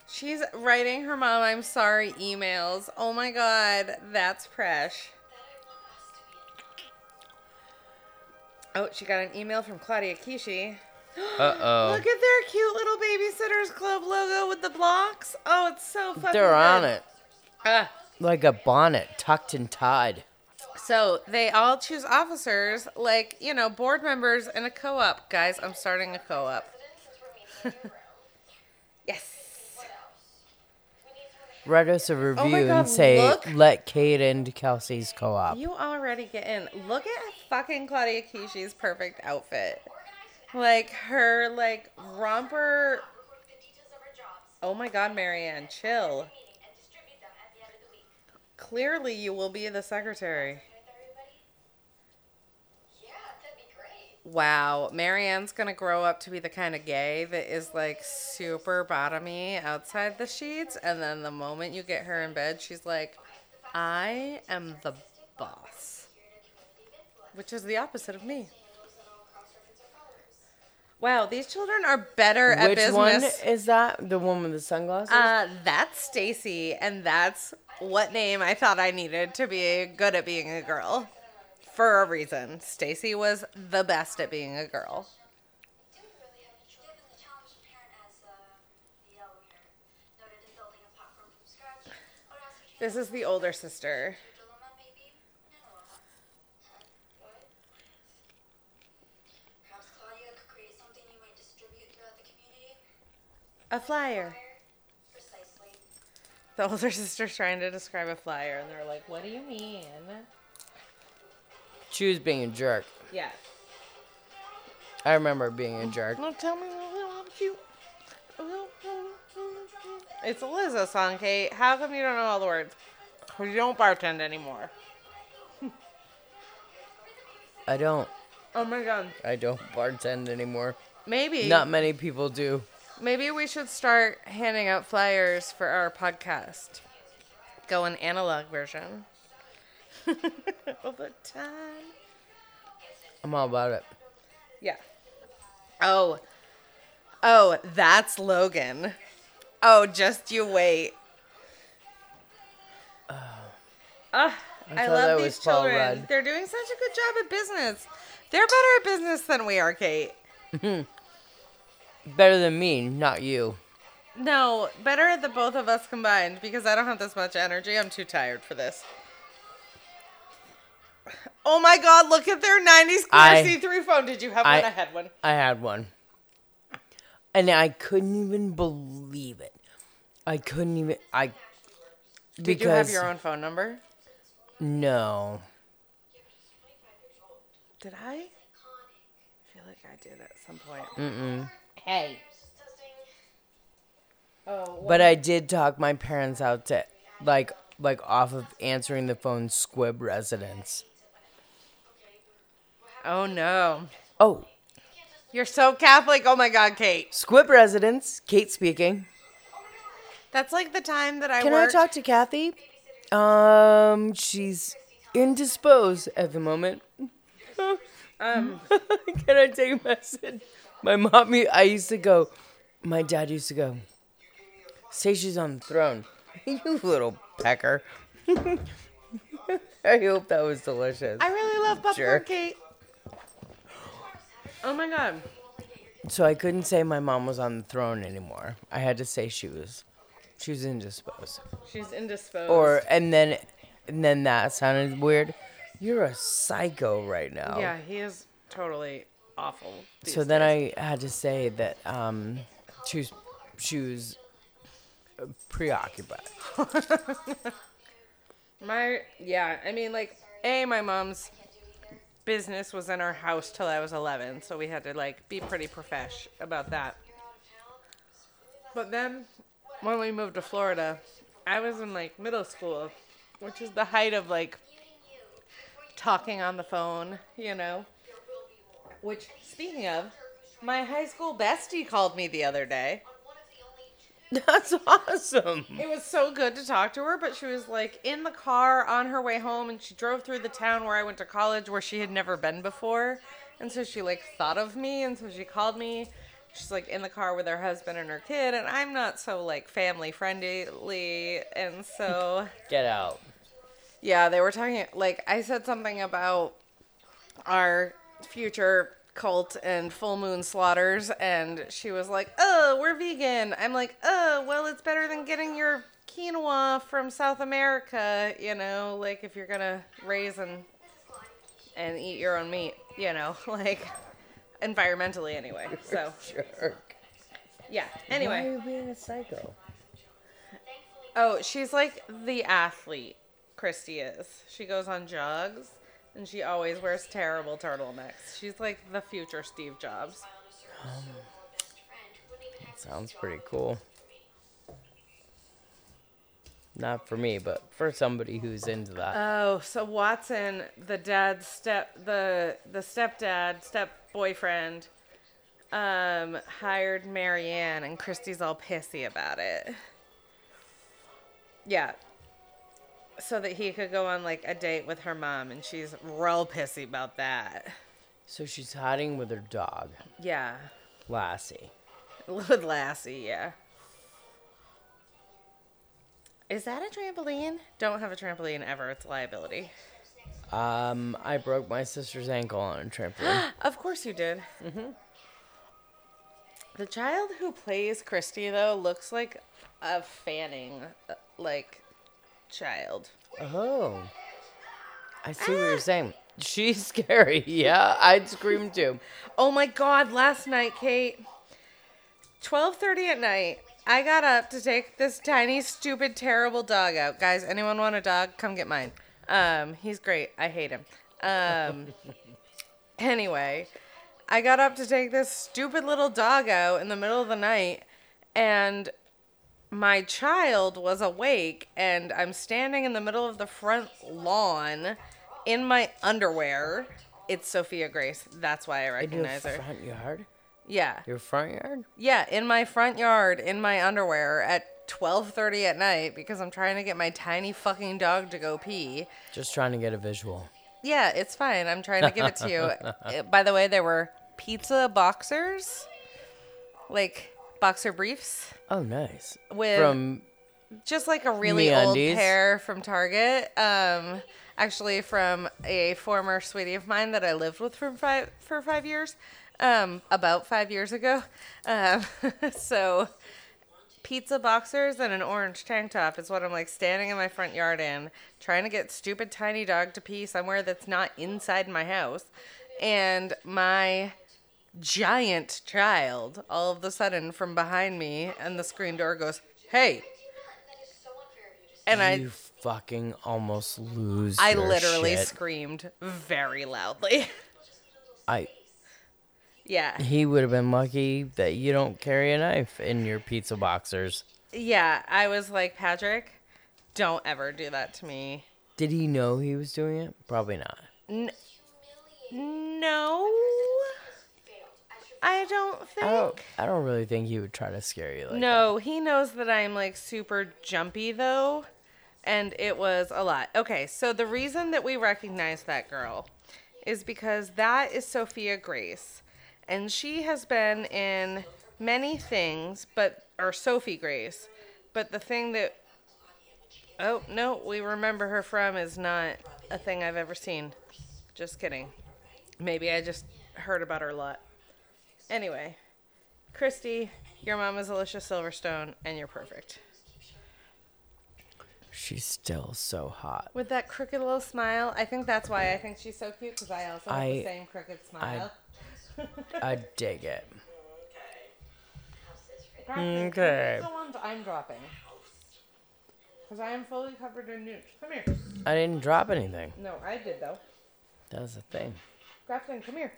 [SPEAKER 1] She's writing her mom I'm sorry emails. Oh my god, that's Presh.
[SPEAKER 4] That I want us to be in
[SPEAKER 1] Oh,
[SPEAKER 4] love.
[SPEAKER 1] she got an email from Claudia Kishi. *gasps*
[SPEAKER 2] Uh oh.
[SPEAKER 1] Look at their cute little babysitters club logo with the blocks. Oh, it's so fucking
[SPEAKER 2] They're on
[SPEAKER 1] good.
[SPEAKER 2] it.
[SPEAKER 1] Ah.
[SPEAKER 2] Like a bonnet tucked and tied.
[SPEAKER 1] So they all choose officers, like, you know, board members in a co op. Guys, I'm starting a co op.
[SPEAKER 4] President, since we're meeting in your room,
[SPEAKER 1] Yes.
[SPEAKER 4] what else? We need someone to
[SPEAKER 2] Write us a review
[SPEAKER 1] Oh God,
[SPEAKER 2] and say,
[SPEAKER 1] look.
[SPEAKER 2] let Kate into Kelsey's co op.
[SPEAKER 1] You already get in. Look at fucking Claudia Kishi's perfect outfit. Like her like romper
[SPEAKER 4] report the details of our jobs,
[SPEAKER 1] Oh my god, Marianne, chill.
[SPEAKER 4] meeting, and distribute them at the end of the week.
[SPEAKER 1] Clearly you will be the secretary.
[SPEAKER 4] Okay with everybody? Yeah, that'd be great.
[SPEAKER 1] Wow, Marianne's gonna grow up to be the kind of gay that is like super bottomy outside the sheets, and then the moment you get her in bed, she's like, I am the boss. Which is the opposite of me. Wow, these children are better at
[SPEAKER 2] Which
[SPEAKER 1] business.
[SPEAKER 2] one is that? The one with the sunglasses?
[SPEAKER 1] Uh, that's Stacy, and that's what name I thought I needed to be good at being a girl. For a reason, Stacy was the best at being a girl.
[SPEAKER 4] Didn't really have a choice. Given the challenging parent as uh, the yellow hair, noted in building a platform from scratch, I would ask you to
[SPEAKER 1] This is the older sister.
[SPEAKER 4] your dilemma, maybe? No. What? Perhaps Claudia could create something you might distribute throughout the community?
[SPEAKER 1] A flyer.
[SPEAKER 4] Precisely.
[SPEAKER 1] The older *laughs* sister's trying to describe a flyer, and they're like, What do you mean?
[SPEAKER 2] she was being a jerk.
[SPEAKER 1] Yeah.
[SPEAKER 2] I remember being a jerk.
[SPEAKER 1] Well, tell me what you. It's a Lizzo song, Kate. How come you don't know all the words? 'Cause you don't bartend anymore.
[SPEAKER 2] I don't.
[SPEAKER 1] Oh my god.
[SPEAKER 2] I don't bartend anymore.
[SPEAKER 1] Maybe.
[SPEAKER 2] Not many people do.
[SPEAKER 1] Maybe we should start handing out flyers for our podcast. Go an analog version. *laughs* all the time.
[SPEAKER 2] I'm all about it.
[SPEAKER 1] Yeah. Oh. Oh, that's Logan. Oh, just you *sighs* wait. Ah, I,
[SPEAKER 2] thought
[SPEAKER 1] love
[SPEAKER 2] that
[SPEAKER 1] these
[SPEAKER 2] was Paul
[SPEAKER 1] children.
[SPEAKER 2] Rudd.
[SPEAKER 1] They're doing such a good job at business. They're better at business than we are, Kate.
[SPEAKER 2] Better than me, not you.
[SPEAKER 1] No, better at the both of us combined because I don't have this much energy. I'm too tired for this. Oh my god, look at their 90s
[SPEAKER 2] I-
[SPEAKER 1] Claire C3 phone. Did you have
[SPEAKER 2] I-
[SPEAKER 1] one? I had one.
[SPEAKER 2] I had one. And I couldn't even believe it. I couldn't even I
[SPEAKER 1] Did you have your own phone number?
[SPEAKER 2] No.
[SPEAKER 1] Did I? I feel like I did at some point. Mm-mm. Hey. Oh,
[SPEAKER 2] But I did talk my parents out to like like off of answering the phone squib residence.
[SPEAKER 1] oh no.
[SPEAKER 2] Oh,
[SPEAKER 1] You're so Catholic. Oh my god, Kate.
[SPEAKER 2] squib residence, Kate speaking.
[SPEAKER 1] That's like the time that I
[SPEAKER 2] Can I
[SPEAKER 1] worked.
[SPEAKER 2] talk to Kathy? Um, she's indisposed at the moment. um, *laughs* can I take a message? My mommy, I used to go, my dad used to go, say she's on the throne. *laughs* you little pecker. *laughs* I hope that was delicious.
[SPEAKER 1] I really love popcorn,
[SPEAKER 2] Jerk.
[SPEAKER 1] Kate. Oh my god.
[SPEAKER 2] So I couldn't say my mom was on the throne anymore. I had to say she was, she was indisposed.
[SPEAKER 1] She's indisposed.
[SPEAKER 2] Or and then, and then that sounded weird. You're a psycho right now.
[SPEAKER 1] Yeah, he is totally awful.
[SPEAKER 2] So then I had to say that um, she was, she was uh, preoccupied.
[SPEAKER 1] my yeah, I mean like a my mom's business was in our house till I was 11, so we had to like be pretty profesh about that. But then when we moved to Florida, I was in like middle school, which is the height of like talking on the phone, you know. Which speaking of, my high school bestie called me the other day.
[SPEAKER 2] *laughs* That's awesome.
[SPEAKER 1] It was so good to talk to her, but she was like in the car on her way home and she drove through the town where I went to college where she had never been before. And so she like thought of me, and so she called me. She's like in the car with her husband and her kid, and I'm not so like family friendly, and so.
[SPEAKER 2] Get out.
[SPEAKER 1] Yeah, they were talking like I said something about our future cult and full moon slaughters and she was like, "Oh, we're vegan." I'm like, "Oh, well, it's better than getting your quinoa from South America, you know, like if you're going to raise and and eat your own meat, you know, *laughs* like environmentally anyway." So,
[SPEAKER 2] Jerk.
[SPEAKER 1] yeah.
[SPEAKER 2] Why are
[SPEAKER 1] Anyway,
[SPEAKER 2] you being a psycho?
[SPEAKER 1] Oh, she's like the athlete, Christy is. She goes on jogs and she always wears terrible turtlenecks. She's like the future Steve Jobs.
[SPEAKER 2] Sounds pretty cool. Not for me, but for somebody who's into that.
[SPEAKER 1] Oh, so Watson, the dad's step the the stepdad, step boyfriend, um, hired Marianne and Christy's all pissy about it. Yeah. So that he could go on like a date with her mom and she's real pissy about that.
[SPEAKER 2] So she's hiding with her dog,
[SPEAKER 1] Yeah.
[SPEAKER 2] Lassie.
[SPEAKER 1] *laughs* With Lassie, yeah. Is that a trampoline? Don't have a trampoline ever. It's a liability.
[SPEAKER 2] Um, I broke my sister's ankle on a
[SPEAKER 1] *gasps*
[SPEAKER 2] trampoline.
[SPEAKER 1] Of course you did. Mm-hmm. The child who plays Christy, though, looks like a fanning, uh, like, child.
[SPEAKER 2] oh. I see what
[SPEAKER 1] Ah.
[SPEAKER 2] you're saying. She's *laughs* scary. Yeah, I'd scream too.
[SPEAKER 1] Oh my god, last night, Kate. 12:30 at night, I got up to take this tiny stupid terrible dog out. Guys, anyone want a dog? Come get mine. Um, he's great. I hate him. Um anyway, I got up to take this stupid little dog out in the middle of the night and my child was awake and I'm standing in the middle of the front lawn in my underwear. It's Sophia Grace. That's why I
[SPEAKER 2] In your
[SPEAKER 1] recognize her.
[SPEAKER 2] front yard?
[SPEAKER 1] Yeah.
[SPEAKER 2] Your front yard?
[SPEAKER 1] Yeah, in my front yard in my underwear at 12:30 at night because I'm trying to get my tiny fucking dog to go pee.
[SPEAKER 2] Just trying to get a visual.
[SPEAKER 1] Yeah, it's fine. I'm trying to give it to you. Uh, By the way, there were pizza boxers. Like boxer briefs
[SPEAKER 2] Oh, nice.
[SPEAKER 1] with
[SPEAKER 2] From
[SPEAKER 1] just like a really old
[SPEAKER 2] MeUndies.
[SPEAKER 1] pair from Target. Um, actually, from a former sweetie of mine that I lived with for five for five years, um, about five years ago. Um, *laughs* so, pizza boxers and an orange tank top is what I'm like standing in my front yard in, trying to get stupid tiny dog to pee somewhere that's not inside my house, and my giant child all of a sudden from behind me and the screen door goes hey
[SPEAKER 4] That is so unfair of you to say.
[SPEAKER 1] and I
[SPEAKER 2] you fucking almost lose.
[SPEAKER 1] I
[SPEAKER 2] your
[SPEAKER 1] literally
[SPEAKER 2] shit.
[SPEAKER 1] screamed very loudly. *laughs*
[SPEAKER 2] I.
[SPEAKER 1] yeah.
[SPEAKER 2] He would have been lucky that you don't carry a knife in your pizza boxers.
[SPEAKER 1] Yeah, I was like, "Patrick, don't ever do that to me."
[SPEAKER 2] Did he know he was doing it? Probably not. Mm-hmm.
[SPEAKER 1] No. I don't think.
[SPEAKER 2] I don't. Oh, I don't really think he would try to scare you like that.
[SPEAKER 1] no, he knows that I'm like super jumpy though, and it was a lot. Okay, so the reason that we recognize that girl is because that is Sophia Grace, and she has been in many things, but or Sophie Grace, but the thing that oh no, we remember her from is not a thing I've ever seen. Just kidding. Maybe I just heard about her a lot. Anyway. Christy, your mom is Alicia Silverstone, and you're perfect.
[SPEAKER 2] She's still so hot.
[SPEAKER 1] With that crooked little smile, I think that's why I think she's so cute because I also have the
[SPEAKER 2] I-
[SPEAKER 1] same crooked smile.
[SPEAKER 2] I dig it.
[SPEAKER 1] Mm, Practice.
[SPEAKER 2] Okay.
[SPEAKER 1] These are The ones I'm dropping. Because I am fully covered in nudes. Come here.
[SPEAKER 2] I didn't drop anything.
[SPEAKER 1] No, I did though.
[SPEAKER 2] That was the thing.
[SPEAKER 1] Grafton, come here.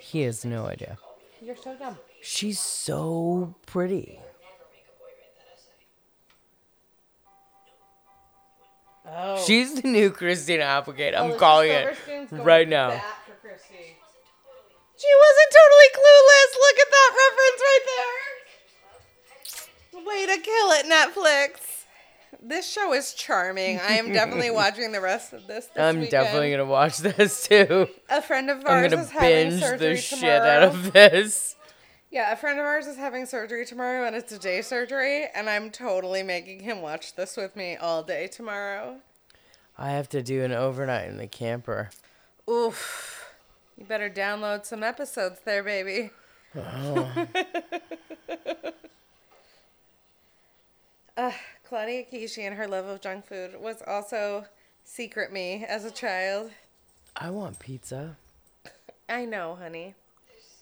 [SPEAKER 2] He has no idea.
[SPEAKER 1] You're so dumb.
[SPEAKER 2] She's so pretty.
[SPEAKER 1] Oh.
[SPEAKER 2] She's the new Christina Applegate. I'm calling it right now.
[SPEAKER 1] She wasn't totally clueless. Look at that reference right there. Way to kill it, Netflix. This show is charming. I am
[SPEAKER 2] *laughs*
[SPEAKER 1] definitely watching the rest of this. this
[SPEAKER 2] I'm
[SPEAKER 1] weekend.
[SPEAKER 2] definitely gonna watch *laughs* this too.
[SPEAKER 1] A friend of
[SPEAKER 2] I'm
[SPEAKER 1] ours
[SPEAKER 2] gonna
[SPEAKER 1] is having
[SPEAKER 2] binge
[SPEAKER 1] surgery
[SPEAKER 2] the
[SPEAKER 1] tomorrow.
[SPEAKER 2] shit out of this.
[SPEAKER 1] Yeah, a friend of ours is having surgery tomorrow, and it's a day surgery, and I'm totally making him watch this with me all day tomorrow.
[SPEAKER 2] I have to do an overnight in the camper.
[SPEAKER 1] Oof. You better download some episodes there, *laughs* baby. Ah, uh, Claudia Kishi and her love of junk food was also secret me as a child.
[SPEAKER 2] I want pizza.
[SPEAKER 1] I know, honey.
[SPEAKER 4] There's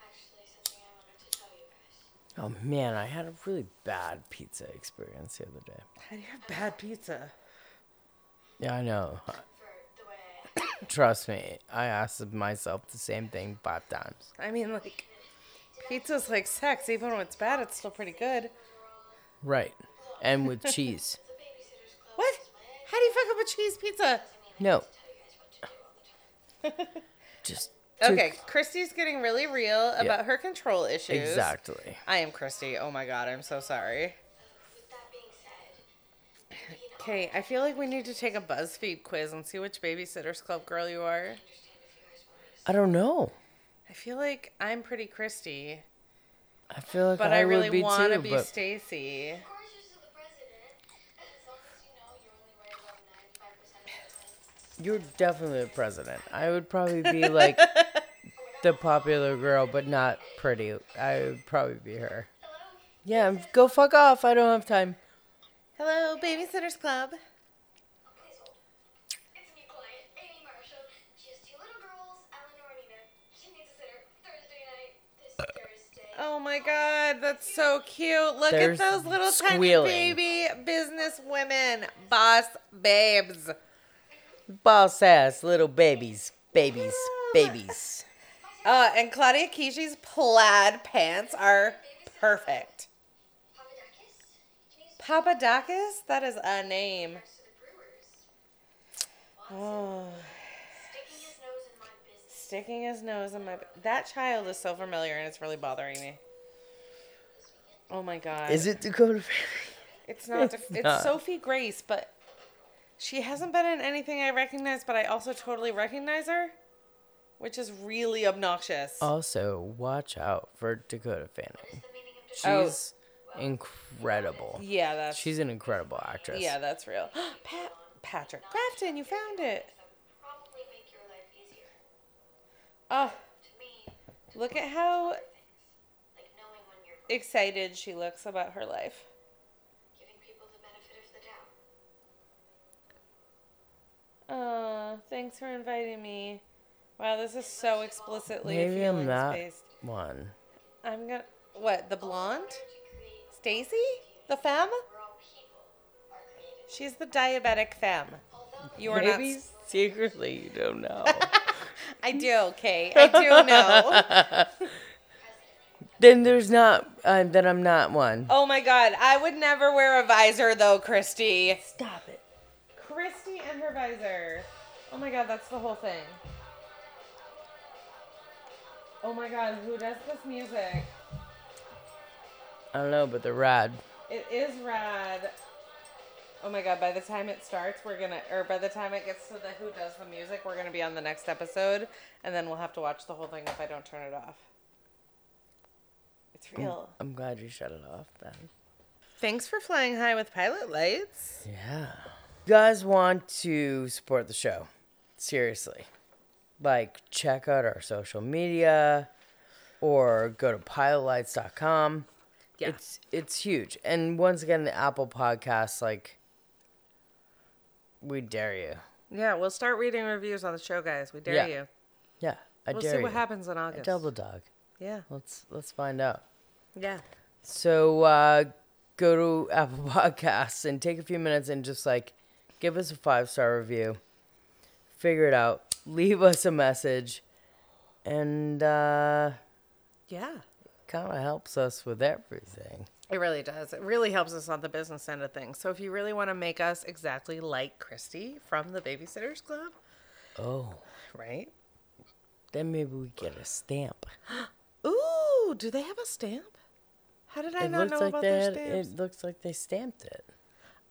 [SPEAKER 4] actually something I wanted to tell you guys.
[SPEAKER 2] Oh man, I had a really bad pizza experience the other day.
[SPEAKER 1] How do you have bad pizza?
[SPEAKER 2] Yeah, I know.
[SPEAKER 4] For the way I act.
[SPEAKER 2] Trust me, I asked myself the same thing five times.
[SPEAKER 1] I mean, like, pizza's like sex. Even when it's bad, it's still pretty good.
[SPEAKER 2] Right. And with cheese.
[SPEAKER 4] The babysitter's club
[SPEAKER 1] What?
[SPEAKER 4] is my
[SPEAKER 1] How do you fuck up a cheese pizza?
[SPEAKER 2] No,
[SPEAKER 4] tell you guys what to do all the time.
[SPEAKER 2] just took-
[SPEAKER 1] Okay, Christy's getting really real about her control issues.
[SPEAKER 2] Exactly.
[SPEAKER 1] I am Christy. Oh my god, I'm so sorry.
[SPEAKER 4] With that being said, maybe in all
[SPEAKER 1] Okay, I feel like we need to take a BuzzFeed quiz and see which Babysitters Club girl you are.
[SPEAKER 2] I don't know.
[SPEAKER 1] I feel like I'm pretty Christy,
[SPEAKER 2] I feel like
[SPEAKER 1] but
[SPEAKER 2] I,
[SPEAKER 1] I, really
[SPEAKER 2] would be
[SPEAKER 1] want to
[SPEAKER 2] too,
[SPEAKER 1] be
[SPEAKER 2] but *laughs*
[SPEAKER 1] Stacy.
[SPEAKER 4] Of course, you're still the president. As long as you know
[SPEAKER 2] you're
[SPEAKER 4] you're only right about 95% of the time.
[SPEAKER 2] definitely the president. I would probably
[SPEAKER 1] *laughs*
[SPEAKER 2] be like the popular girl, but not pretty. I would probably be her. Yeah, I'm- go fuck off. I don't have time.
[SPEAKER 1] Hello, Babysitters Club.
[SPEAKER 4] Okay, sold. It's a new client, Amy Marshall. She has two little girls, Eleanor and Nina. She needs a sitter Thursday night, this Thursday.
[SPEAKER 1] Oh my god, that's so cute. Look
[SPEAKER 2] There's
[SPEAKER 1] at those little
[SPEAKER 2] squealing.
[SPEAKER 1] tiny baby business women, boss babes.
[SPEAKER 2] Boss ass little babies, babies,
[SPEAKER 1] *laughs*
[SPEAKER 2] babies.
[SPEAKER 1] Uh, and Claudia Kishi's plaid pants are perfect.
[SPEAKER 4] Papadakis? Can you
[SPEAKER 1] Papadakis? That is a name.
[SPEAKER 4] to the Brewers?
[SPEAKER 1] Oh,
[SPEAKER 4] Sticking his nose in my business.
[SPEAKER 1] sticking his nose in my. That child is so familiar and it's really bothering me. Oh my god.
[SPEAKER 2] Is it Dakota?
[SPEAKER 1] It's not.
[SPEAKER 2] It's
[SPEAKER 1] It's,
[SPEAKER 2] not.
[SPEAKER 1] Sophie Grace, but she hasn't been in anything I recognize, but I also totally recognize her, which is really obnoxious.
[SPEAKER 2] Oh. Also, watch out for Dakota Fanning.
[SPEAKER 4] The meaning of
[SPEAKER 1] Oh.
[SPEAKER 2] She's incredible.
[SPEAKER 1] yeah, that's.
[SPEAKER 2] She's an incredible actress.
[SPEAKER 1] yeah, that's real. *gasps* Pat, Patrick Grafton, you found it.
[SPEAKER 4] would probably make your life easier.
[SPEAKER 1] Oh,
[SPEAKER 4] To me,
[SPEAKER 1] look at how
[SPEAKER 4] like knowing when you're wrong,
[SPEAKER 1] excited she looks about her life.
[SPEAKER 4] giving people the benefit of the doubt.
[SPEAKER 1] Oh, thanks for inviting me. Wow, this is so explicitly
[SPEAKER 2] Maybe I'm not
[SPEAKER 1] feelings-based.
[SPEAKER 2] one.
[SPEAKER 1] I'm gonna what? The blonde,
[SPEAKER 4] To create,
[SPEAKER 1] Stacy, the femme.
[SPEAKER 4] we're all people are created.
[SPEAKER 1] She's the diabetic femme.
[SPEAKER 4] Although
[SPEAKER 1] You are
[SPEAKER 2] Maybe
[SPEAKER 1] not
[SPEAKER 2] secretly you don't
[SPEAKER 1] *laughs*
[SPEAKER 2] know. *laughs*
[SPEAKER 1] I do, Kay. I do know.
[SPEAKER 2] then there's not. Uh, then I'm not one.
[SPEAKER 1] oh my god, I would never wear a visor though, Christy.
[SPEAKER 2] Stop it.
[SPEAKER 1] Christy and her visor. Oh my god, that's the whole thing. Oh my god, who does this music?
[SPEAKER 2] I don't know, but the rad.
[SPEAKER 1] It is rad. Oh my god, by the time it starts, we're gonna, or by the time it gets to the who does the music, we're gonna be on the next episode, and then we'll have to watch the whole thing if I don't turn it off. It's real.
[SPEAKER 2] I'm glad you shut it off then.
[SPEAKER 1] Thanks for flying high with pilot lights.
[SPEAKER 2] Yeah. You guys want to support the show? Seriously. Like, check out our social media or go to pilotlights.com.
[SPEAKER 1] Yeah.
[SPEAKER 2] It's it's huge. And once again, the Apple Podcasts, like, we dare you.
[SPEAKER 1] Yeah, we'll start reading reviews on the show, guys. We dare
[SPEAKER 2] Yeah.
[SPEAKER 1] you.
[SPEAKER 2] Yeah, I
[SPEAKER 1] We'll
[SPEAKER 2] dare
[SPEAKER 1] see what
[SPEAKER 2] you.
[SPEAKER 1] happens in
[SPEAKER 2] I
[SPEAKER 1] August.
[SPEAKER 2] double dog.
[SPEAKER 1] Yeah.
[SPEAKER 2] Let's let's find out.
[SPEAKER 1] Yeah.
[SPEAKER 2] So uh, go to *laughs* Apple Podcasts and take a few minutes and just like give us a five star review. Figure it out. Leave us a message, and uh,
[SPEAKER 1] Yeah.
[SPEAKER 2] kind of helps us with everything.
[SPEAKER 1] It really does. It really helps us on the business end of things. So if you really want to make us exactly like Christy from the Babysitters Club,
[SPEAKER 2] Oh,
[SPEAKER 1] right?
[SPEAKER 2] then maybe we get a stamp.
[SPEAKER 1] Ooh, do they have a stamp? How did I
[SPEAKER 2] It
[SPEAKER 1] not
[SPEAKER 2] looks
[SPEAKER 1] know
[SPEAKER 2] like
[SPEAKER 1] about
[SPEAKER 2] they
[SPEAKER 1] their
[SPEAKER 2] had,
[SPEAKER 1] stamps?
[SPEAKER 2] it looks like they stamped it.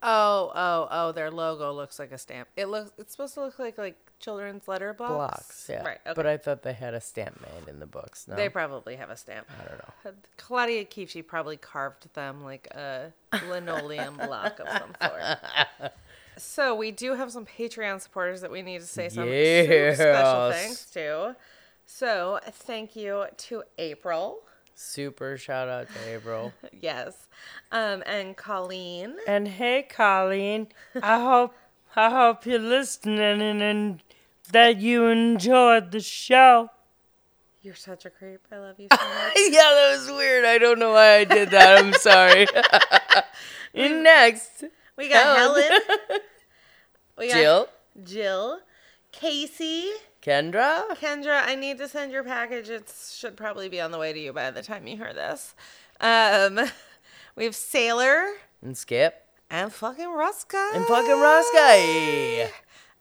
[SPEAKER 1] Oh, oh, oh! Their logo looks like a stamp. It looks. It's supposed to look like like children's letterbox.
[SPEAKER 2] Blocks, yeah.
[SPEAKER 1] Right. Okay.
[SPEAKER 2] But um, I thought they had a stamp made in the books. No,
[SPEAKER 1] They probably have a stamp.
[SPEAKER 2] I don't know.
[SPEAKER 1] Uh, Claudia Kiefsche probably carved them like a
[SPEAKER 2] *laughs*
[SPEAKER 1] linoleum block of some sort. So we do have some Patreon supporters that we need to say some super special
[SPEAKER 2] Yes.
[SPEAKER 1] thanks to. So thank you to April,
[SPEAKER 2] Super shout out to April.
[SPEAKER 1] yes, um, and Colleen.
[SPEAKER 2] and hey, Colleen, I hope I hope you're listening and, and that you enjoyed the show.
[SPEAKER 1] You're such a creep. I love you so
[SPEAKER 2] *laughs*
[SPEAKER 1] much.
[SPEAKER 2] yeah, that was weird. I don't know why I did that. I'm
[SPEAKER 1] *laughs*
[SPEAKER 2] sorry. And Next,
[SPEAKER 1] We got
[SPEAKER 2] Helen.
[SPEAKER 1] Helen.
[SPEAKER 2] *laughs*
[SPEAKER 1] We got
[SPEAKER 2] Oh. Jill,
[SPEAKER 1] Jill, Casey,
[SPEAKER 2] Kendra,
[SPEAKER 1] Kendra, I need to send your package. It should probably be on the way to you by the time you hear this. Um, *laughs* we have Sailor
[SPEAKER 2] and Skip,
[SPEAKER 1] and fucking Ruska.
[SPEAKER 2] and fucking Roscoe.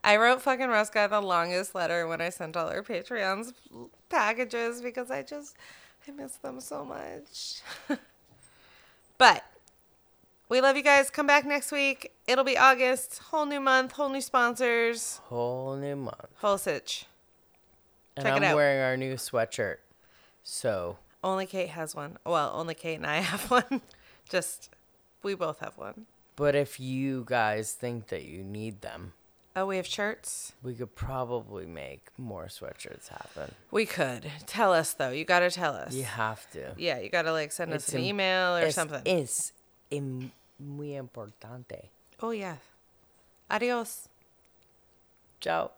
[SPEAKER 1] I wrote fucking Ruska the longest letter when I sent all our Patreons packages because I just I miss them so much. *laughs* but we love you guys. Come back next week. It'll be August. Whole new month. Whole new sponsors.
[SPEAKER 2] Whole new month.
[SPEAKER 1] Whole sitch.
[SPEAKER 2] And
[SPEAKER 1] Check it
[SPEAKER 2] I'm
[SPEAKER 1] out.
[SPEAKER 2] wearing our new sweatshirt. So
[SPEAKER 1] Only Kate has one. Well, only Kate and I *laughs* have one. Just we both have one.
[SPEAKER 2] But if you guys think that you need them,
[SPEAKER 1] Oh, we have shirts.
[SPEAKER 2] we could probably make more sweatshirts happen.
[SPEAKER 1] We could tell us though. You gotta tell us.
[SPEAKER 2] You have to.
[SPEAKER 1] Yeah, you gotta like send us
[SPEAKER 2] It's
[SPEAKER 1] an
[SPEAKER 2] im-
[SPEAKER 1] email or
[SPEAKER 2] It's-
[SPEAKER 1] something.
[SPEAKER 2] It's im- muy importante.
[SPEAKER 1] oh yeah. Adios.
[SPEAKER 2] Ciao.